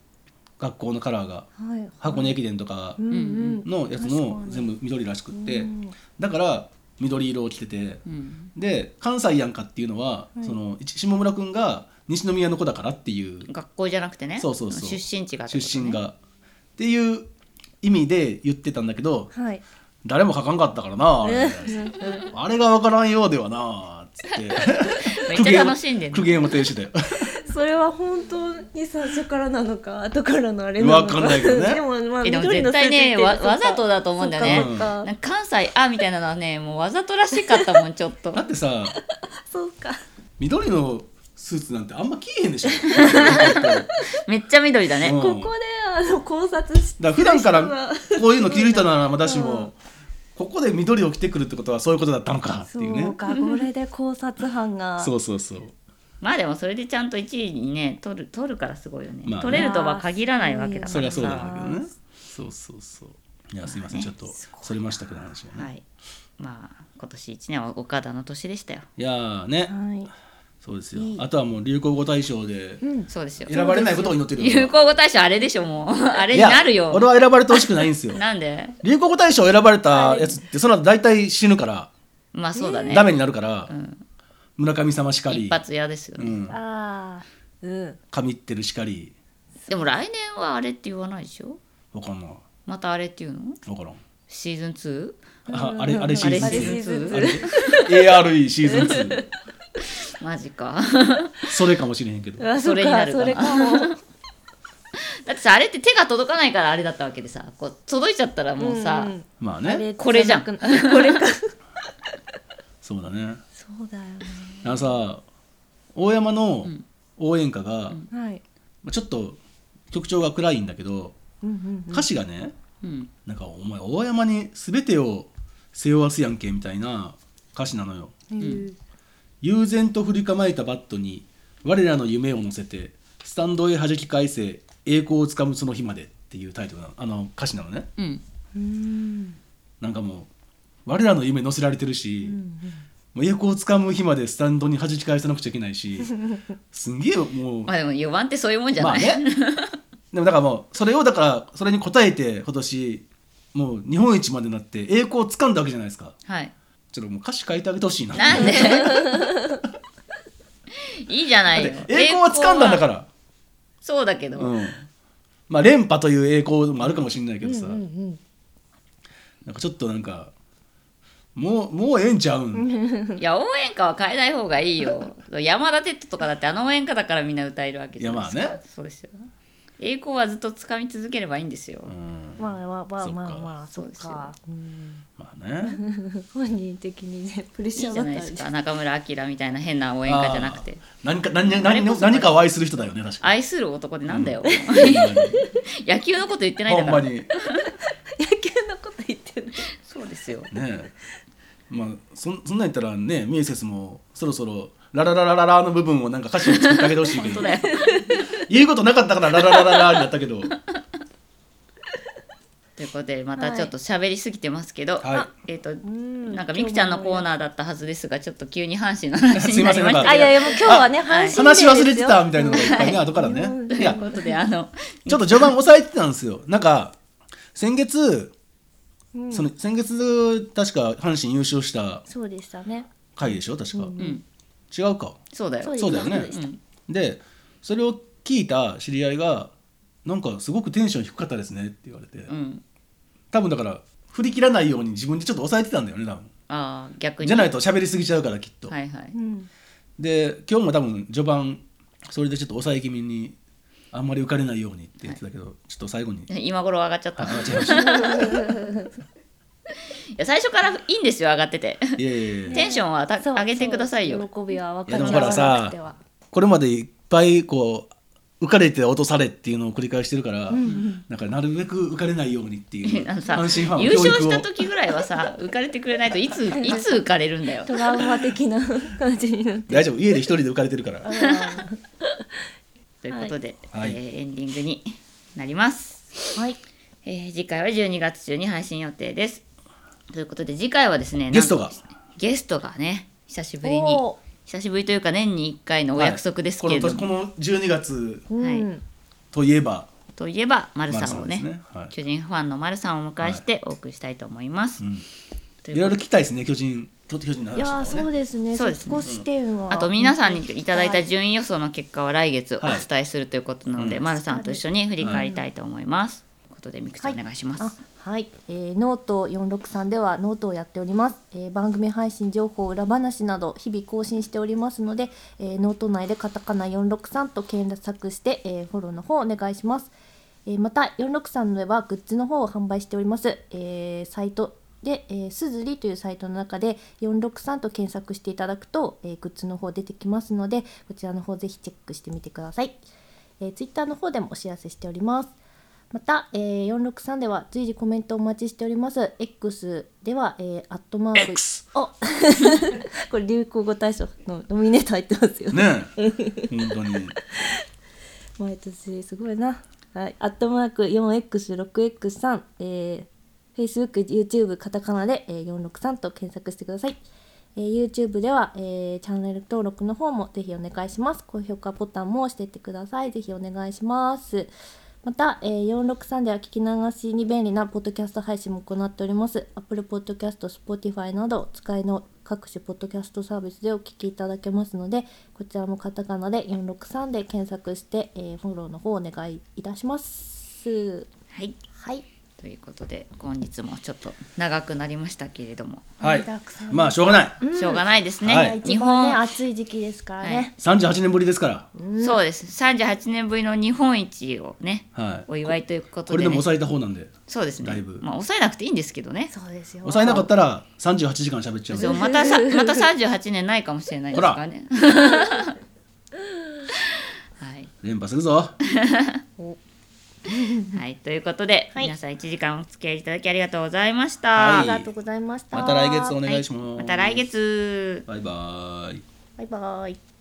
S2: 学校のカラーが
S4: はい
S2: 箱根駅伝とか
S4: うんうん
S2: のやつの全部緑らしくってだから緑色を着てて
S1: うん
S2: で関西やんかっていうのは、その一下村君が西宮の子だからっていう
S1: 学校じゃなくてね
S2: そうそうそう
S1: 出身地がってこと
S2: 出
S1: ね
S2: 身が、っていう意味で言ってたんだけど
S4: はい
S2: 誰も書かんかったからなあれあれが分からんようではなっつって
S1: めっちゃ楽しんでん
S2: 苦
S1: の
S2: 言を呈してたよ
S4: それは本当に最初からなのか後からのあれなのか
S2: わかんないけどね
S4: でもまあ
S1: えでも
S4: 緑
S1: 絶
S4: のスーツ
S1: 対ね
S4: 着てる
S1: わわざとだと思うんだよね
S4: そっ
S1: な
S4: か
S1: んか関西あみたいなのはねもうわざとらしかったもんちょっ と
S2: だってさ
S4: そうか
S2: 緑のスーツなんてあんま着えへんでしょ
S1: めっちゃ緑 だね、
S2: うん
S4: ここであの考察し
S2: だから普段か
S4: そう
S2: ら
S4: だ
S2: こういうの着る人ならまだし
S4: う
S2: もここで緑を着てくるってことはそういうことだったのかって
S4: そ
S2: いうね
S4: うかこれで考察班が
S2: そうそうそう
S1: まあでもそれでちゃんと1位にね取る取るからすごいよね,、
S2: まあね
S1: 取れるとは限らないわけだからさ
S2: そりゃそうなんだけどねそうそうそういやすいませんちょっとそれましたけど話はね、、
S1: はいいまあ今年1年は岡田の年でしたよ
S2: やーね
S4: はい
S2: そうですよあとはもう流行語大賞で
S1: そうですよ
S2: 選ばれないことを祈ってる
S1: 有効語大賞あれでしょ もうあれ
S2: い
S1: に
S2: や
S1: なるよ
S2: 俺は選ばれてほしくないんですよ
S1: なんで
S2: 流行語大賞選ばれたやつってその後大体死ぬから、
S1: まあそうだね
S2: ダメになるから、
S1: ん
S2: 村上様しかり
S1: 一発屋ですよ
S2: う
S1: ね、
S2: ん
S4: ああうん
S2: 神ってるしかり
S1: でも来年はあれって言わないでしょ
S2: わからんない
S1: またあれっていうの
S2: わからん
S1: シーズン 2?
S2: ああれあれシーズ
S1: あれシ
S2: ン
S1: ーズン
S4: あ
S1: ツ
S4: れ
S1: ー
S2: 2 ARE シーズン2
S1: マジか
S2: それかもしれへんけど
S4: あ
S1: それになるかな
S4: そっそれかも
S1: だってさあれって手が届かないからあれだったわけでさこう届いちゃったらもうさ、
S4: ん
S2: まあ
S4: あ
S2: ね
S4: れ
S1: これじゃん
S4: これか
S2: そうだね
S4: そうだよね
S2: あのさ大山の応援歌が、
S4: はい
S2: まあちょっと曲調が暗いんだけど
S4: うんうん
S2: 歌詞がね、
S1: うん
S2: なんかお前大山に全てを背負わすやんけみたいな歌詞なのよ
S4: うん
S2: 悠然と振り構えたバットに我らの夢を乗せてスタンドへ弾き返せ栄光をつかむその日までっていうタイトルなのあの歌詞なのね
S1: うん
S4: うん
S2: なんかもう我らの夢乗せられてるし、もう栄光をつかむ日までスタンドに弾き返さなくちゃいけない しすんげえもう
S1: まあでも4番ってそういうもんじゃ
S2: ま
S1: な
S2: あ
S1: い、
S2: ねでもだからもうそれをだからそれに応えて今年もう日本一までなって栄光をつかんだわけじゃないですか
S1: はい
S2: ちょっともう歌詞書いてあげてほしいな
S1: なんで いいじゃないよ
S2: だって栄光は掴んだんだからら、
S1: そうだけど、
S2: うん、まあ連覇という栄光もあるかもしれないけどさ、
S4: うん
S2: なんかちょっとなんかもうもうええんちゃ うん
S1: いや応援歌は変えない方がいいよ山田哲人とかだってあの応援歌だからみんな歌えるわけじゃないですか
S2: いやまあね
S1: そうですよ栄光はずっと掴み続ければいいんですよ、
S2: うん
S4: まあまあまあ
S2: そっか
S4: まあまあそ
S1: そう
S4: っ
S1: ですよ
S4: かうん
S2: まあね
S4: 本人的にねプレッ
S1: いいじ
S4: シャーだ
S1: ゃ
S4: っ
S1: ないで
S4: たら
S1: す
S4: ね
S1: か中村晃みたいな変な応援歌じゃなくて
S2: あー何か何何何何かを愛する人だよね確かに
S1: 愛する男でなんだよ、 野球のこと言ってないん
S2: ほ
S1: だか
S2: んま
S1: ら
S2: にね
S4: 野球のこと言ってる
S1: そうですよ
S2: えまあそんそんなん言ったらねミエセスもそろそろララララララの部分をなんか歌詞に作ってあげてほしいけ
S1: 本
S2: ど
S1: 当だよ
S2: 言うことなかったからララララララになったけど
S1: とということでまたちょっと喋りすぎてますけど、
S2: はい
S1: あえっ、と
S4: ん
S1: なんかみくちゃんのコー
S4: ー。
S1: ナーだったはずですがちょっと急に阪神の話
S2: す
S1: に
S2: い
S1: な
S2: ませ
S1: り
S2: ん
S1: ました
S2: なんか
S4: あいやいやもう今日はね
S1: はい
S4: 阪神
S2: 話忘れてた
S4: み
S2: みたいなのがいっぱいね、後からね。
S1: と
S2: い
S1: い
S2: や
S1: う、ことであの
S2: ちょっと序盤抑えてたんですよ。なんか、先月、その先月、確か阪神優勝した
S4: そうでしたね。
S2: 回でしょ、確か。
S1: ん
S2: 違うか。
S1: そうだよ
S4: そうです
S2: そうだよね
S4: そうでし。
S2: で、それを聞いた知り合いが、なんかすごくテンション低かったですねって言われて
S1: う、ん
S2: 多分だから、振り切らないように自分でちょっと抑えてたんだよね、多分。
S1: あー逆に
S2: じゃないと喋りすぎちゃうから、きっと。
S1: はいはい
S4: うん。
S2: で今日も多分序盤それでちょっと抑え気味にあんまり浮かれないようにって言ってたけど、ちょっと最後に
S1: 今頃上がっちゃった
S2: あ
S1: い
S2: 違いましたい
S1: や最初からいいんですよ上がってて
S2: やいやいやいや
S1: テンションはた
S4: そう
S1: 上げてくださいよ。
S4: 喜びは分か
S2: いやで
S4: ら
S2: もほらさ
S4: なくては
S2: これまでいっぱいこう浮かれて落とされっていうのを繰り返してるから、なんかなるべく浮かれないようにっていう
S1: あの
S2: 安
S1: さ
S2: 心ファンの
S1: 優
S2: 教
S1: 勝
S2: 育
S1: した
S2: を
S1: 時ぐらいはさ浮かれてくれないといついつ浮かれるんだよ
S4: トラウマ的な感じになって。
S2: 大丈夫家で一人で浮かれてるから
S1: ということで、
S2: はい
S1: えーエンディングになります、
S4: はい。
S1: えー次回は12月中に配信予定ですということで次回はですねなんと
S2: ゲストが
S1: ゲストがね久しぶりに
S4: お
S1: 久しぶりというか年に1回のお約束ですけれども、
S2: はいこのこの12月
S4: ー。うん。
S1: はい
S2: といえば
S1: といえば丸さんをね
S2: 丸さんですねはい
S1: 巨人ファンの丸さんをお迎えしてお送りしたいと思います、と
S2: ん
S1: いう
S2: い
S1: こと
S2: ろ
S1: で
S2: いろ聞きたいですね巨人と巨人の話と
S4: いや
S2: か
S4: ー
S2: も
S4: そう
S2: ね
S4: ですね。
S1: そうですね
S4: 少し点は。
S1: あと皆さんにいただいた順位予想の結果は来月お
S2: はい
S1: 伝えするということなので、
S2: うん
S1: 丸さんと一緒に振り返りたいと思います。ということでみくちゃんお願いします。
S4: あはい、えーノート463ではノートをやっております、えー番組配信情報裏話など日々更新しておりますので、えーノート内でカタカナ463と検索して、えーフォローの方お願いします、えーまた463ではグッズの方を販売しております、えーサイトで、えー、すずりというサイトの中で463と検索していただくと、えーグッズの方出てきますのでこちらの方ぜひチェックしてみてください、えー、ツイッターの方でもお知らせしておりますまた、えー、463では随時コメントお待ちしております X では、えー、アットマーク
S2: X
S4: お これ流行語大賞のノミネート入ってますよね
S2: ねえ本当 に
S4: 毎年すごいな。はい、アットマーク 4x6x3、えー、Facebook、YouTube、カタカナで、えー463と検索してください。えー YouTube では、えーチャンネル登録の方もぜひお願いします。高評価ボタンも押していってください。ぜひお願いします。また、えー463では聞き流しに便利なポッドキャスト配信も行っております。Apple Podcast、Spotify などお使いの各種ポッドキャストサービスでお聞きいただけますので、こちらもカタカナで463で検索して、えーフォローの方お願いいたします。
S1: はい。
S4: はい。
S1: ということで本日もちょっと長くなりましたけれども、
S2: はいまあしょうがない
S1: しょうがないですね。
S2: はい
S1: 日
S4: 一番ね、
S1: 本、
S4: 暑い時期ですからね。
S2: 38年ぶりですから
S1: そうです。三十八年ぶりの日本一をね、
S2: はい
S1: お祝いということ
S2: これ
S1: で、
S2: で
S1: ね、
S2: も抑えた方なんで
S1: そうですね。
S2: だいぶ
S1: まあ抑えなくていいんですけどね。
S4: そうですよ。
S2: 抑えなかったら38時間喋っちゃう
S1: そうまたさまた三十八年ないかもしれないですからね。 はい。
S2: 連覇するぞ
S1: はい、ということで、
S4: はい
S1: 皆さん1時間お付き合いいただきありがとうございました。
S2: は
S4: あ
S2: い
S4: りがとうございました。
S2: また来月お願いします、
S1: また来月。
S2: バイバイ
S4: バイバイ。